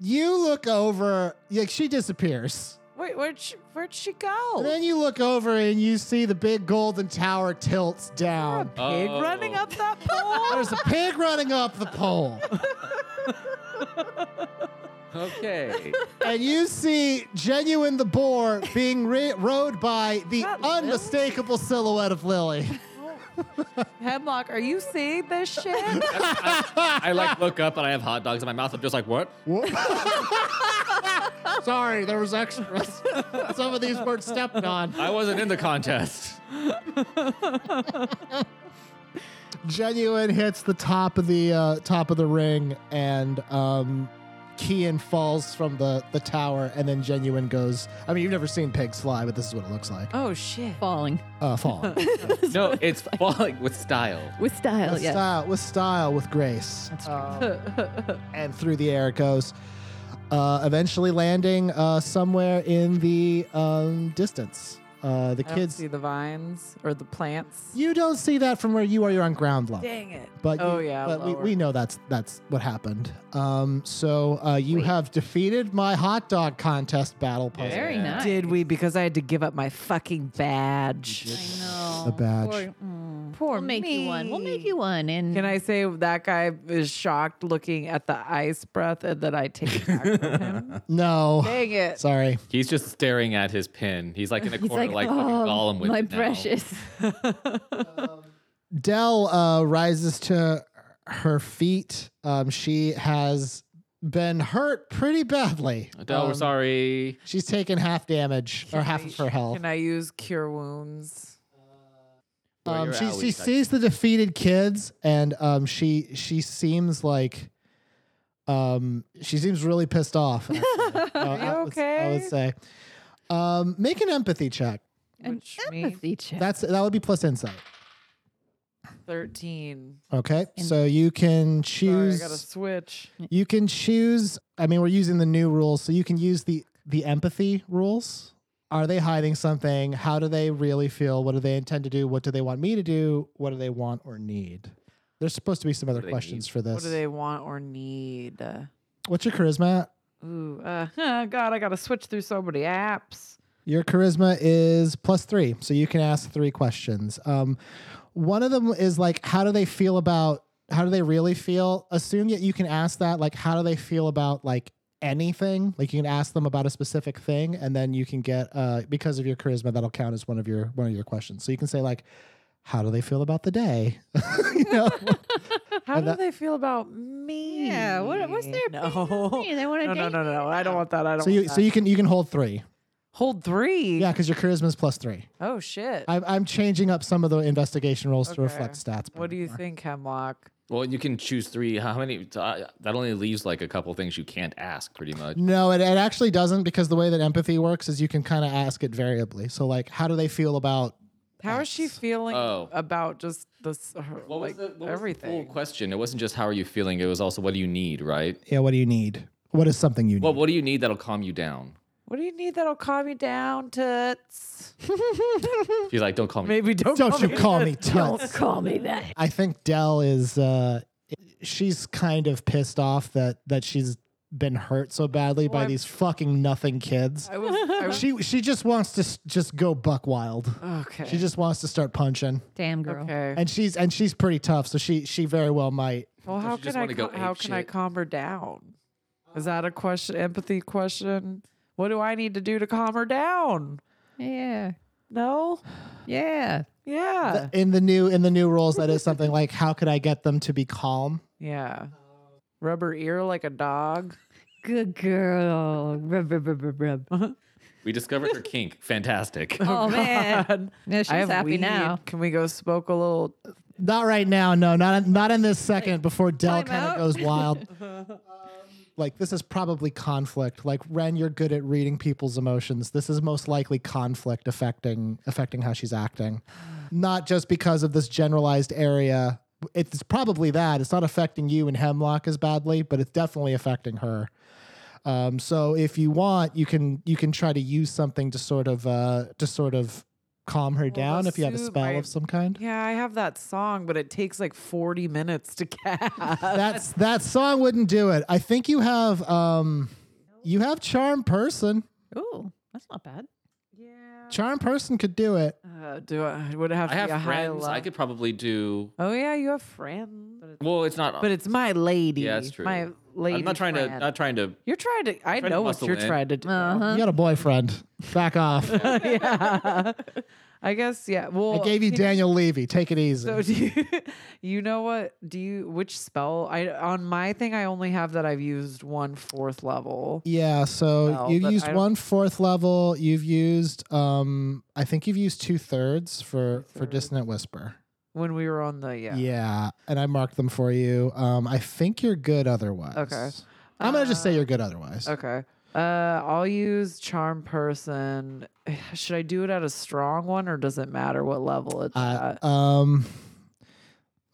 you look over like she disappears Wait, where'd she, where'd she go? And then you look over and you see the big golden tower tilts down. Pig Oh. running up that pole. There's a pig running up the <laughs> pole. <laughs> Okay. And you see Genuine the boar being ri rowed by the Not Lily. unmistakable silhouette of <laughs> Lily. Hemlock, are you seeing this shit? I like look up and I have hot dogs in my mouth. I'm just like, what? Sorry, there was extras. Some of these weren't stepped on. I wasn't in the contest. Genuine hits the top of the uh, top of the ring, and um, Kian falls from the the tower. And then Genuine goes. I mean, you've never seen pigs fly, but this is what it looks like. oh shit. falling Uh, fall. No, it's falling with style. with style. with yes. style, with style, with grace. That's Oh. <laughs> and through the air it goes, uh, eventually landing uh, somewhere in the um, distance. Uh, the I don't kids, see the vines or the plants. you don't see that from where you are. You're on ground level. Dang it. But Oh, you- yeah, but we, lower. we know that's that's what happened. Um, so uh, you have defeated my hot dog contest battle puzzle. Very Yeah. nice. Did we? Because I had to give up my fucking badge. I know. The badge. Poor, mm, we'll make you one. We'll make you one. And Can I say that guy is shocked looking at the ice breath and then I take it back from him? No, Dang it. sorry. He's just staring at his pin. He's like in a he's corner, like, like, fucking oh, Gollum with my it <laughs> now." precious. Dell uh, rises to her feet. Um, she has been hurt pretty badly. No, we're sorry. She's taken half damage or half of her health. Can I use cure wounds? Where Um, you're she at, she we- sees the defeated kids, and um, she she seems like, um, she seems really pissed off. <laughs> actually. Uh, I, would- I would okay? say, um, make an empathy check. Which means Empathy check. That's that would be plus insight. 13. Okay, so you can Sorry, I choose. got to switch. You can choose. I mean, we're using the new rules, so you can use the the empathy rules. Are they hiding something? How do they really feel? What do they intend to do? What do they want me to do? What do they want or need? There's supposed to be some other do they questions for this. What do they want or need? What's your charisma? at? Ooh, uh, <laughs> huh, God, I got to switch through so many apps. <laughs> Your charisma is plus three, so you can ask three questions. Um, one of them is like, how do they feel about? How do they really feel? Assume that you can ask that, like, how do they feel about like anything? Like, you can ask them about a specific thing, and then you can get uh, because of your charisma, that'll count as one of your one of your questions. So you can say like, how do they feel about the day? <laughs> you know, How do that- they feel about me? Yeah, what- what's their no. opinion on me? They wanna <laughs> no, no, date no, no, no. I don't want that. <laughs> I don't. so you want so that. you can you can hold three, hold three. yeah, because your charisma is plus three. Oh shit. I'm, I'm changing up some of the investigation roles to reflect stats. what do you think, Hemlock? Well, you can choose three. How many? Uh, that only leaves like a couple things you can't ask, pretty much. No, it, it actually doesn't because the way that empathy works is you can kind of ask it variably. So, like, how do they feel about? How is she feeling Oh. about just this? Her, What was like the, what was the full everything. question? It wasn't just how are you feeling. It was also what do you need, <laughs> right? Yeah, what do you need? What is something you need? Well, what do you need that'll calm you down? what do you need that'll calm you down, toots? She's like, don't call me. Maybe don't. Don't you call <laughs> me Don't toots. call me that. I think Dell is. uh She's kind of pissed off that that she's been hurt so badly by I'm- these fucking nothing kids. I was. I <laughs> was she she just wants to s- just go buck wild. okay. She just wants to start punching, Damn girl. okay. and she's and she's pretty tough, so she she very well might. well, how you just can I? wanna go cal- how ape can I shit? calm her down? Is that a question? Empathy question. What do I need to do to calm her down? Yeah. No. Yeah. Yeah. the- in the new in the new rules that is something like how could i get them to be calm Yeah. Rubber ear like a dog. Good girl. Rub, rub, rub, rub, <laughs> rub. We discovered her kink. <laughs> Fantastic. Oh, man. God. No, she's I have happy weed. now. Can we go smoke a little? not right now no not not in this second before dell time kind of out. Uh-huh. goes <laughs> wild like this is probably conflict like ren you're good at reading people's emotions this is most likely conflict affecting affecting how she's acting not just because of this generalized area it's probably that it's not affecting you and hemlock as badly but it's definitely affecting her Um, so if you want, you can you can try to use something to sort of uh, to sort of calm her down if you have a soothe spell my- of some kind. Yeah, I have that song, but it takes like 40 minutes <laughs> to cast. That's that song wouldn't do it. I think you have um, you have charm person. Ooh, that's not bad. Charm person could do it. <laughs> Uh, do I? Would it have I to be a have high friends. level? I could probably do. Oh yeah, you have friends. But it's, Well, it's not. but it's my lady. Yeah, it's true. My lady. I'm not trying to. friend. Not trying to. you're trying to. I trying to know what muscle you're in. trying to do. Uh-huh. You got a boyfriend. Back off. I yeah. I guess. Yeah. Well, gave you can- Daniel Levy. Take it easy. <laughs> So do you, you know what? Do you which spell? I on my thing I only have that I've used one fourth level. yeah. So Well, you've but used I don't- one fourth level. You've used um, I think you've used two thirds for for dissonant whisper. when we were on the yeah. Yeah, and I marked them for you. Um, I think you're good otherwise. Okay. I'm gonna just say you're good otherwise. Okay. Uh, I'll use charm person. <sighs> Should I do it at a strong one or does it matter what level it's Uh, at? um,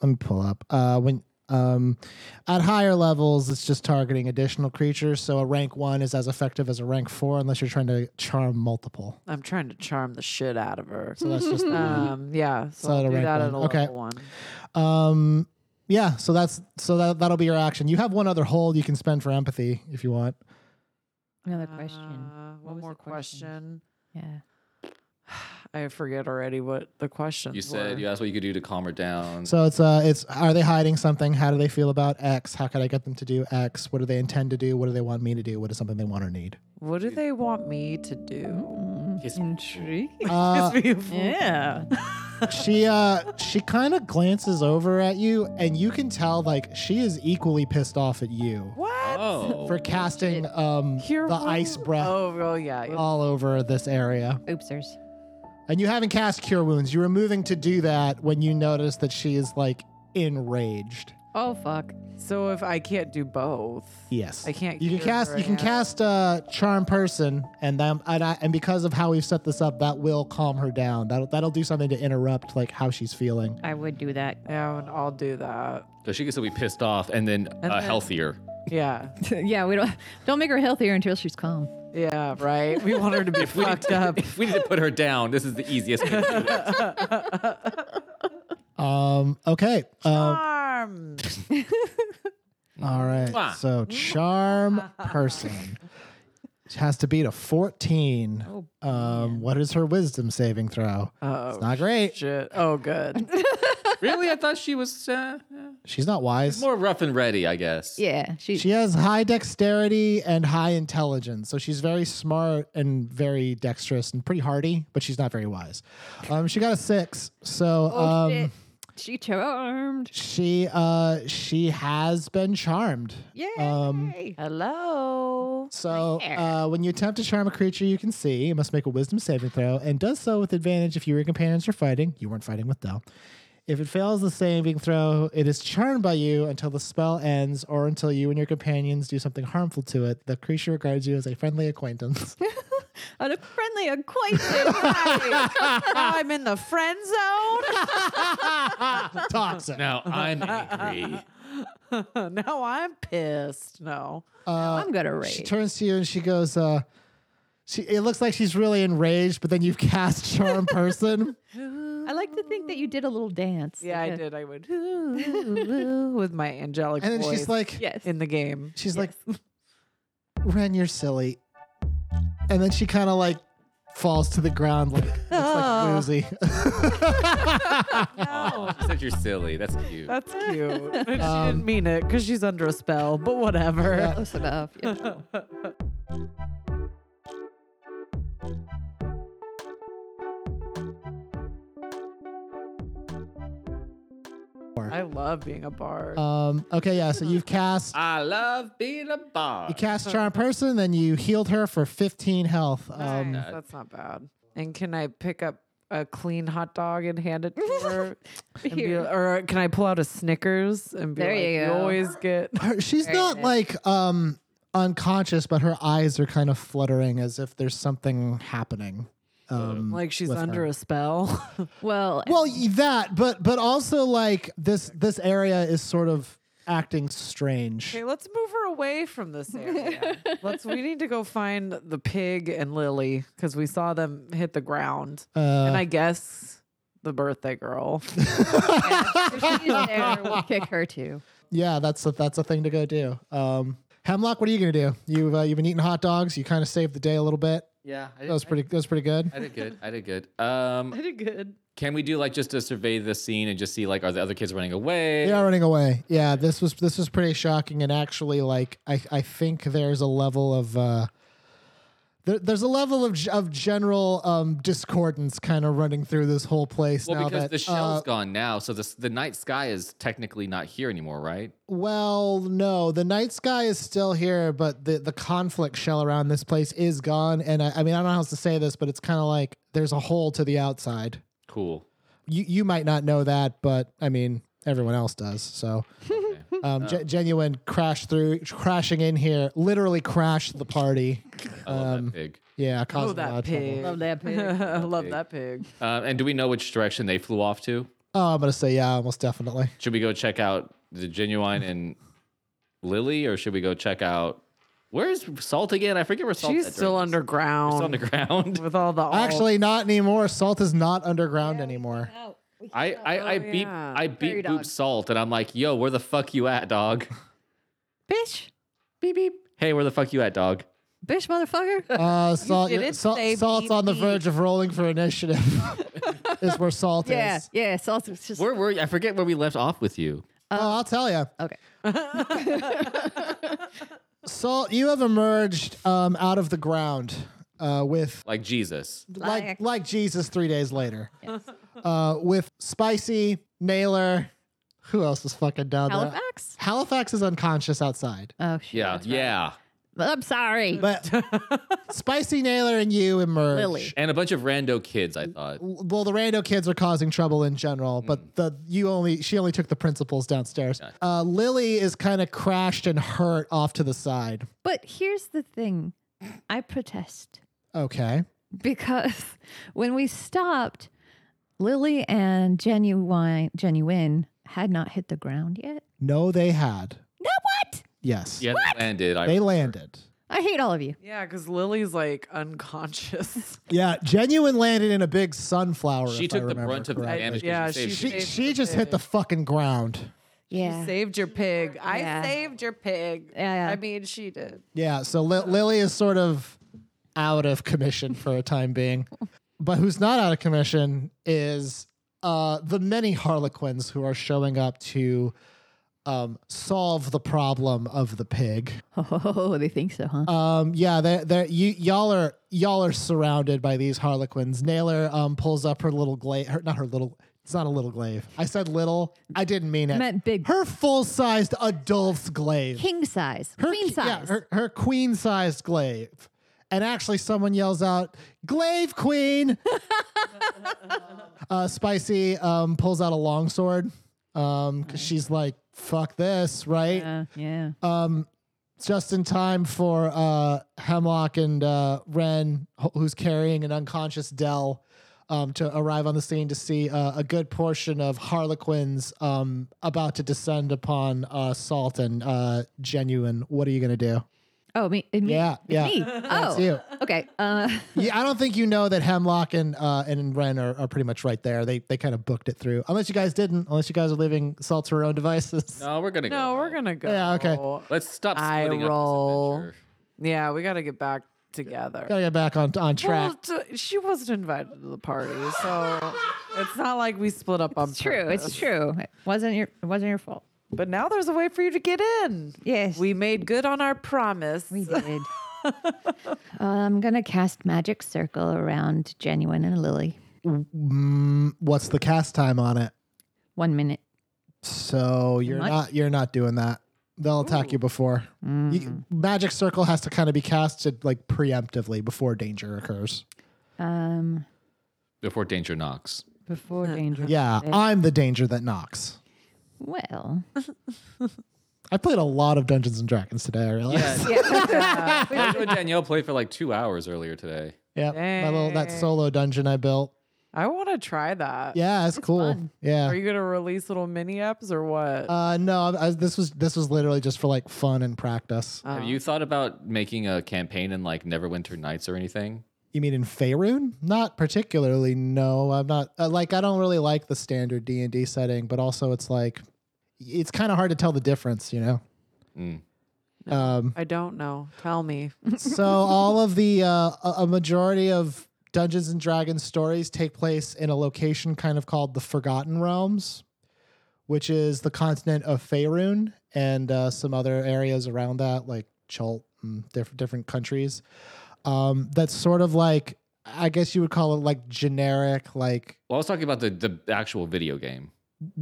let me pull up. Uh, when Um, at higher levels, it's just targeting additional creatures. So a rank one is as effective as a rank four, unless you're trying to charm multiple. I'm trying to charm the shit out of <laughs> her. So that's just <laughs> Um, yeah, so, So I'll it'll do rank that one. at a Okay. level one. Um, yeah, so that's so that that'll be your action. You have one other hold you can spend for empathy if you want. Another question. Uh, What one was more the question? question? Yeah. I forget already what the question. You said you asked what you could do to calm her down. So it's uh, it's are they hiding something? How do they feel about X? How can I get them to do X? What do they intend to do? What do they want me to do? What is something they want or need? What do they want me to do? Mm, Kiss- Intriguing. <laughs> Uh, It's beautiful. Yeah. she uh she kind of glances over at you, and you can tell like she is equally pissed off at you What? Oh. for casting um Here the we- ice breath Oh, oh yeah. yeah. all over this area. Oopsers. And you haven't cast Cure Wounds. You were moving to do that when you notice that she is like enraged. Oh fuck. So if I can't do both, Yes. I can't You can cure cast. her, You can yeah. cast uh, charm person, and then and, I, and because of how we've set this up, that will calm her down. That'll that'll do something to interrupt like how she's feeling. I would do that. yeah, and I'll do that. So she can still be pissed off and then uh, then- healthier. Yeah, <laughs> yeah, we don't don't make her healthier until she's calm. yeah, right. We want <laughs> her to be fucked up. If we need to put her down, this is the easiest. way to do <laughs> it. Um. Okay. Uh, Arm. all right. Mwah. So charm person She has to beat a fourteen. Oh, Um. What is her wisdom saving throw? Oh, Not great. shit. Oh, <laughs> good. really, I thought she was uh, uh, She's not wise. more rough and ready. I guess. Yeah, she, She has high dexterity and high intelligence, so she's very smart and very dexterous and pretty hardy, but she's not very wise. Um, she got a six, so Oh, um, shit. she charmed. she uh, she has been charmed. Yay! Um, Hello. so Right there. uh, when you attempt to charm a creature you can see, you must make a Wisdom saving throw, and does so with advantage if you or your companions are fighting. You weren't fighting with Dell. If it fails the saving throw, it is charmed by you until the spell ends or until you and your companions do something harmful to it. The creature regards you as a friendly acquaintance. On a friendly <laughs> acquaintance. Uh, I'm in the friend zone. <laughs> Toxic. <laughs> Now I'm angry. now I'm pissed. No. I'm gonna She rage. turns to you and she goes, uh, she, it looks like she's really enraged, but then you've <laughs> cast Charm Person. I like to think that you did a little dance. Yeah, I Okay. did. I went "Ooh, ooh, ooh," with my angelic and then voice she's like, Yes. in the game. She's like, Ren, you're silly. And then she kind of like falls to the ground, like, looks like Ah. woozy. Aw, Oh, she said you're silly. That's cute. That's <laughs> cute. But she Um, didn't mean it because she's under a spell, but whatever. Close enough. Yeah. I love being a <laughs> bard. um, okay, yeah, so you've cast. I love being a bar. You cast Charm Person, then you healed her for 15 health. Um, Nice, That's not bad. And can I pick up a clean hot dog and hand it to <laughs> her? And be, Here. or can I pull out a Snickers and be There like, you you, go." always <laughs> get. her, she's Very not nice. like um, unconscious, but her eyes are kind of fluttering as if there's something happening. Um, Like she's with under her. <laughs> a spell. Well, Well, y- that, but but also like this this area is sort of acting strange. okay, let's move her away from <laughs> this area. let's. We need to go find the pig and Lily because we saw them hit the ground. Uh, and I guess the <laughs> birthday girl. if she's there, we'll kick her too. yeah, that's a, that's a thing to go do. Um, Hemlock, what are you gonna do? You've uh, you've been eating hot dogs. You kind of saved the day a little bit. yeah, I did, That was pretty. That was pretty good. I, did good. I <laughs> did good. Um, I did good. can we do like just to survey the scene and just see like are the other kids running away? They are running away. Yeah, this was this was pretty shocking. And actually, like I I think there's a level of. Uh, there, there's a level of, g- of general um, discordance kind of running through this whole place Well, now because that the uh, shell's gone now, so the the night sky is technically not here anymore, right? Well, no, the night sky is still here, but the, the conflict shell around this place is gone. And I, I mean, I don't know how else to say this, but it's kind of like there's a hole to the outside. Cool. You you might not know that, but I mean, everyone else does. So, um, Ge- genuine crash through, crashing in here, literally crashed the party. I love Um, that pig. Yeah, caused Oh, that <laughs> pig. Love that <laughs> pig. <laughs> I love that pig. Uh, and do we know which direction they flew off to? Oh, I'm gonna say yeah, almost definitely. Should we go check out the genuine and Lily, or should we go check out? Where's Salt again? I forget where Salt. She's at during still this. underground. She's <laughs> underground. with all the Actually, not anymore. Salt is not underground anymore. Out. We I can't I, out. I Oh, beat yeah. I beat Prairie Boop dog. Salt, and I'm like, yo, where the fuck you at, dog? Bish, beep beep. Hey, where the fuck you at, dog? bish, motherfucker. <laughs> Uh, salt, didn't salt, say salt's on the BP. verge of rolling for initiative. <laughs> is where salt yeah, is. yeah. So it's just Where were you? I forget where we left off with you. Oh, I'll tell you. uh, okay. <laughs> Salt, you have emerged um, out of the ground uh, with Like Jesus. like like, Like- Jesus three days later. Yes. Uh, with spicy Naylor. Who else is fucking down there? Halifax. Halifax is unconscious outside. Oh shit. Yeah, yeah. But I'm sorry. But <laughs> Spicy Naylor and you emerge. Lily. And a bunch of rando kids, I thought. Well, the rando kids are causing trouble in general, Mm. but the you only she only took the principals downstairs. Uh, Lily is kind of crashed and hurt off to the side. but here's the thing. I protest. Okay. <laughs> because when we stopped, Lily and genuine genuine had not hit the ground yet. No, they had. No, what? Yes. Yeah, they landed. I, They landed. I hate all of you. yeah, because Lily's like <laughs> unconscious. Yeah, genuine landed in a big sunflower. she if I took the remember brunt of the correctly. damage. 'cause Yeah, she saved she- She me. she just hit the fucking ground. Yeah. You saved your pig. I Yeah. saved your pig. Yeah, yeah. I mean, she did. Yeah, so Li- Lily is sort of out of commission for a time <laughs> being. But who's not out of commission is uh, the many Harlequins who are showing up to um, solve the problem of the pig. <laughs> Oh, they think so, huh? Um, yeah, they're, they're, you, y'all are y'all are surrounded by these Harlequins. Naylor um, pulls up her little glaive. Her, not her little. It's not a little glaive. I said little. I didn't mean it. I meant big. Her full-sized adult's glaive <laughs> King size, queen ki- yeah, size. her, her queen sized glaive. And actually, someone yells out, Glaive Queen! <laughs> uh, Spicy um, pulls out a longsword because she's like, fuck this, right? yeah, Uh, yeah. Uh, Just in time for uh, Hemlock and uh, Ren, wh- who's carrying an unconscious Dell. Um, to arrive on the scene to see uh, a good portion of Harlequins um, about to descend upon uh, Salt and uh, Genuine. What are you going to do? oh, me, it- me- Yeah, it's yeah. me. That's Oh, you. okay. Uh, <laughs> Yeah, I don't think you know that Hemlock and uh, and Ren are, are pretty much right there. They they kind of booked it through, unless you guys didn't. Unless you guys are leaving Salt to her own devices. No, we're gonna go. No, we're home. gonna go. Yeah, okay. Let's stop I splitting up this roll. adventure. Yeah, we gotta get back together. <laughs> Gotta get back on on track. Well, t- she wasn't invited to the party, so it's not like we split up on it's true. It's purpose. true. It wasn't your it wasn't your fault. But now there's a way for you to get in. Yes. We made good on our promise. We did. <laughs> I'm gonna cast magic circle around genuine and Lily. Mm, what's the cast time on it? One minute. So you're Much? not you're not doing that. They'll attack you before. You, magic circle has to kind of be casted like preemptively before danger occurs. Um, before danger knocks. before danger. Yeah, I'm the danger that knocks. Well, I played a lot of Dungeons and Dragons today. I realize. <laughs> You and Danielle played for like two hours earlier today. <laughs> Yeah, my little that solo dungeon I built. I want to try that. Yeah, it's, cool. fun. Yeah. Are you gonna release little mini apps or what? Uh, no, I, I- this was this was literally just for like fun and practice. Have Uh-huh. you thought about making a campaign in like Neverwinter Nights or anything? You mean in Faerun? Not particularly. No, I'm not. Uh, like, I don't really like the standard D and D setting, but also it's like, it's kind of hard to tell the difference, you know. Mm. Um, I don't know. Tell me. so all of the uh, a a majority of Dungeons and Dragons stories take place in a location kind of called the Forgotten Realms, which is the continent of Faerun and uh, some other areas around that, like Chult and different different countries. Um, that's sort of like I guess you would call it like generic, like Well, I was talking about the, the actual video game.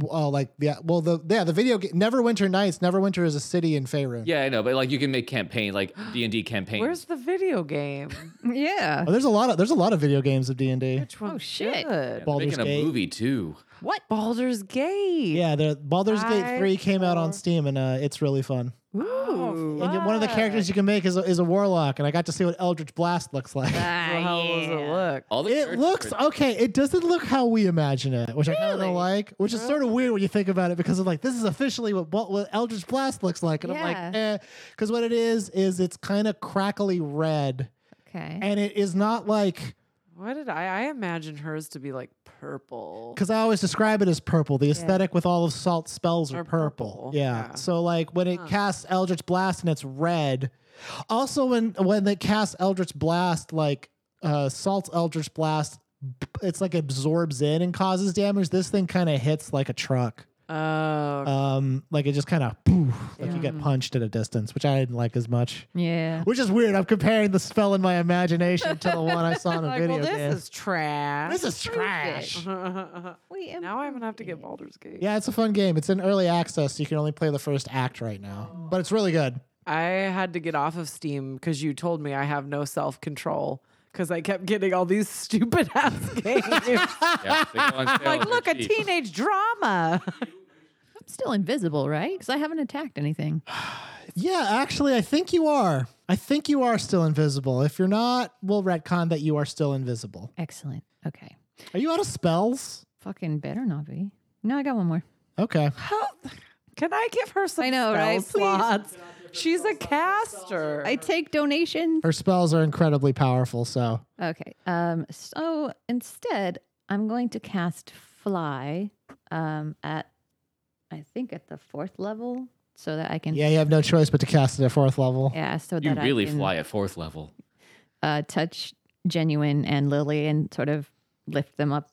uh, like yeah, well the yeah the video game Neverwinter Nights. Neverwinter is a city in Faerun. Yeah, I know, but like you can make campaign like D and D campaigns. Where's the <laughs> video game? yeah. Oh, there's a lot of there's a lot of video games of D and D. Which one's Oh, shit. Yeah, Good? they're Baldur's making a Gate? movie too. What? Baldur's Gate. Yeah, the Baldur's Gate I three came out on saw- Steam and uh, it's really fun. Ooh. Ooh. And yet one of the characters you can make is a, is a warlock, and I got to see what Eldritch Blast looks like. <laughs> Ah, How does it yeah. look? All the It characters looks are- okay. It doesn't look how we imagine it, which I kind of Really? don't like. Which is sort of weird when you think about it, because I'm like, this is officially what, what, what Eldritch Blast looks like, and I'm like, eh, because what it is is it's kind of crackly red, Eh. Okay. and it is not like What did I? I imagined hers to be like purple. because I always describe it as purple. The aesthetic with all of Salt's spells are Are purple. purple, Yeah. yeah. So like when it casts Eldritch Blast and it's red. Also when when they cast Eldritch Blast, like uh Salt's Eldritch Blast, b- it's like absorbs in and causes damage. This thing kind of hits like a truck. Oh, Um, like it just kind of poof, like you get punched at a distance, which I didn't like as much. Yeah. Which is weird. I'm comparing the spell in my imagination to the one I saw in a <laughs> like, video well, this game. is trash. this is trash. now We I'm gonna have to get Baldur's Gate. Yeah, it's a fun game. It's in early access. So you can only play the first act right now, but it's really good. I had to get off of Steam because you told me I have no self control because I kept getting all these <laughs> stupid ass <laughs> games. Oh, Yeah, they go on sale like, and look, they're a cheap. teenage drama. I'm still invisible, right? Because I haven't attacked anything. Yeah, actually, I think you are. I think you are still invisible. If you're not, we'll retcon that you are still invisible. <sighs> Excellent. Okay. Are you out of spells? Fucking better not be. No, I got one more. Okay. Can I give her some I know, spell right? Please. slots? She's a caster. I take donations. Her spells are incredibly powerful, so Okay. Um. So instead, I'm going to cast fly. Um. At, I think at the fourth level, so that I can. yeah, you have no choice but to cast it at fourth level. Yeah. So You that really I can, fly at fourth level. Uh, touch genuine and Lily and sort of lift them up.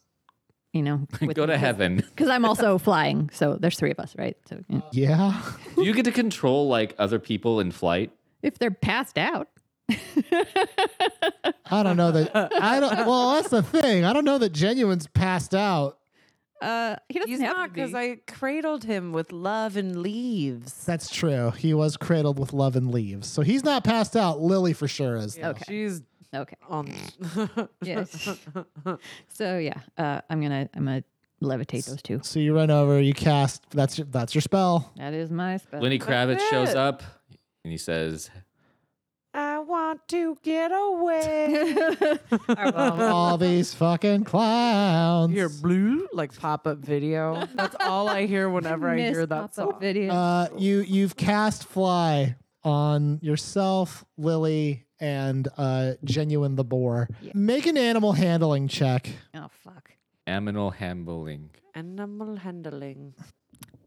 You know. <laughs> Go to heaven. Because I'm also <laughs> flying, so there's three of us, right? So yeah. Yeah. Do you get to control like other people in flight? if they're passed out, <laughs> I don't know that. I don't. Well, that's the thing. I don't know that genuine's passed out. uh, he doesn't He's have not to because be. I cradled him with love and leaves. That's true. He was cradled with love and leaves, so he's not passed out. Lily for sure is. though. Okay. She's <laughs> okay. on. Yes. so yeah, uh, I'm gonna I'm gonna levitate those two. So you run over, you cast. That's your, that's your <laughs> spell. That is my spell. Lenny Kravitz shows it. up and he says, I want to get <laughs> away. All these fucking clowns. Your blue like pop up video. That's all I hear whenever <laughs> I hear that song. video. Uh, you you've cast fly on yourself, Lily, and uh, genuine the boar. Make an animal handling check. oh fuck. Aminal Hambling. Animal handling.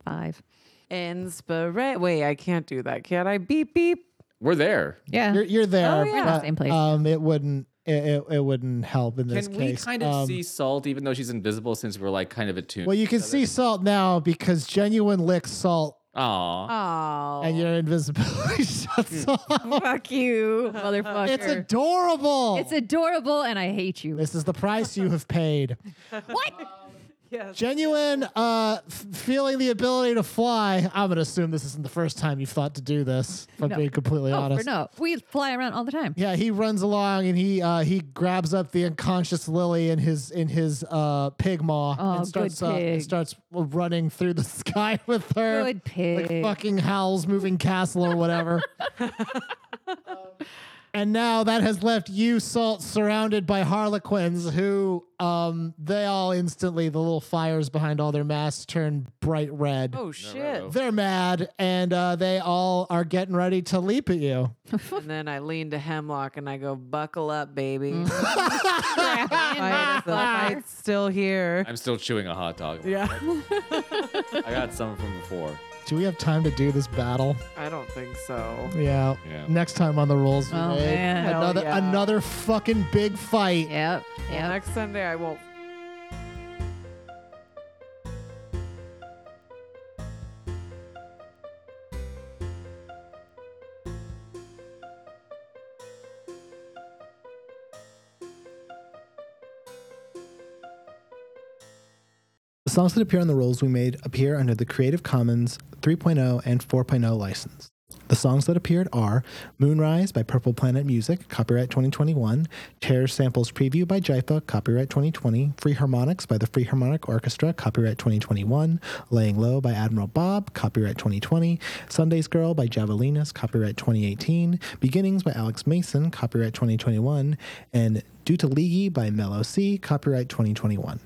Five. Inspire. Wait, I can't do that. Can I? Beep beep. We're there. Yeah. You're, you're there. Oh, yeah. but, Same place. Um, it wouldn't it, it, it wouldn't help in this Can we case. kind of Um, see Salt even though she's invisible since we're like kind of attuned? Well, you can see salt now because genuine licks salt, Aw. Oh. and your invisibility <laughs> Hmm. shuts off. <laughs> Fuck you, motherfucker. It's adorable. It's adorable, and I hate you. this is the price you have paid. yes. Genuine uh, f- feeling the ability to fly. I'm gonna assume this isn't the first time you've thought to do this. If I'm No. being completely oh, for honest. no, we fly around all the time. Yeah, he runs along and he uh, he grabs up the unconscious Lily in his in his uh, pig maw Oh, and good starts uh, pig. starts running through the <laughs> sky with her. Good pig. Eh. Like fucking Howl's Moving Castle or <laughs> whatever. and now that has left you, Salt, surrounded by Harlequins, who um, they all instantly the little fires behind all their masks turn bright red. Oh shit. They're mad, and uh, they all are getting ready to leap at you. And then I lean to Hemlock and I go, "Buckle up, baby. <laughs> Fucking Mm. Fight- the motherfucker. fight's still here." I'm still chewing a hot dog. Yeah. I got some from before. Do we have time to do this battle? <laughs> I don't think so. Yeah. Yeah. Next time on the rules, we Oh, made. man. Hell another yeah. another fucking big fight. Yep. Well, Yep. next Sunday I won't The songs that oh appear on the rolls we made appear under the Creative Commons 3.0 and 4.0 license. The The songs that appeared are Moonrise by Purple Planet Music, copyright 2021, Chair Samples Preview by JIFA, copyright 2020, Free Harmonics by the Free Harmonic Orchestra, copyright 2021, Laying Low by Admiral Bob, copyright 2020, Sunday's Girl by Javelinas, copyright 2018, Beginnings by Alex Mason, copyright 2021, and Dutaligi by Mellow C, copyright 2021.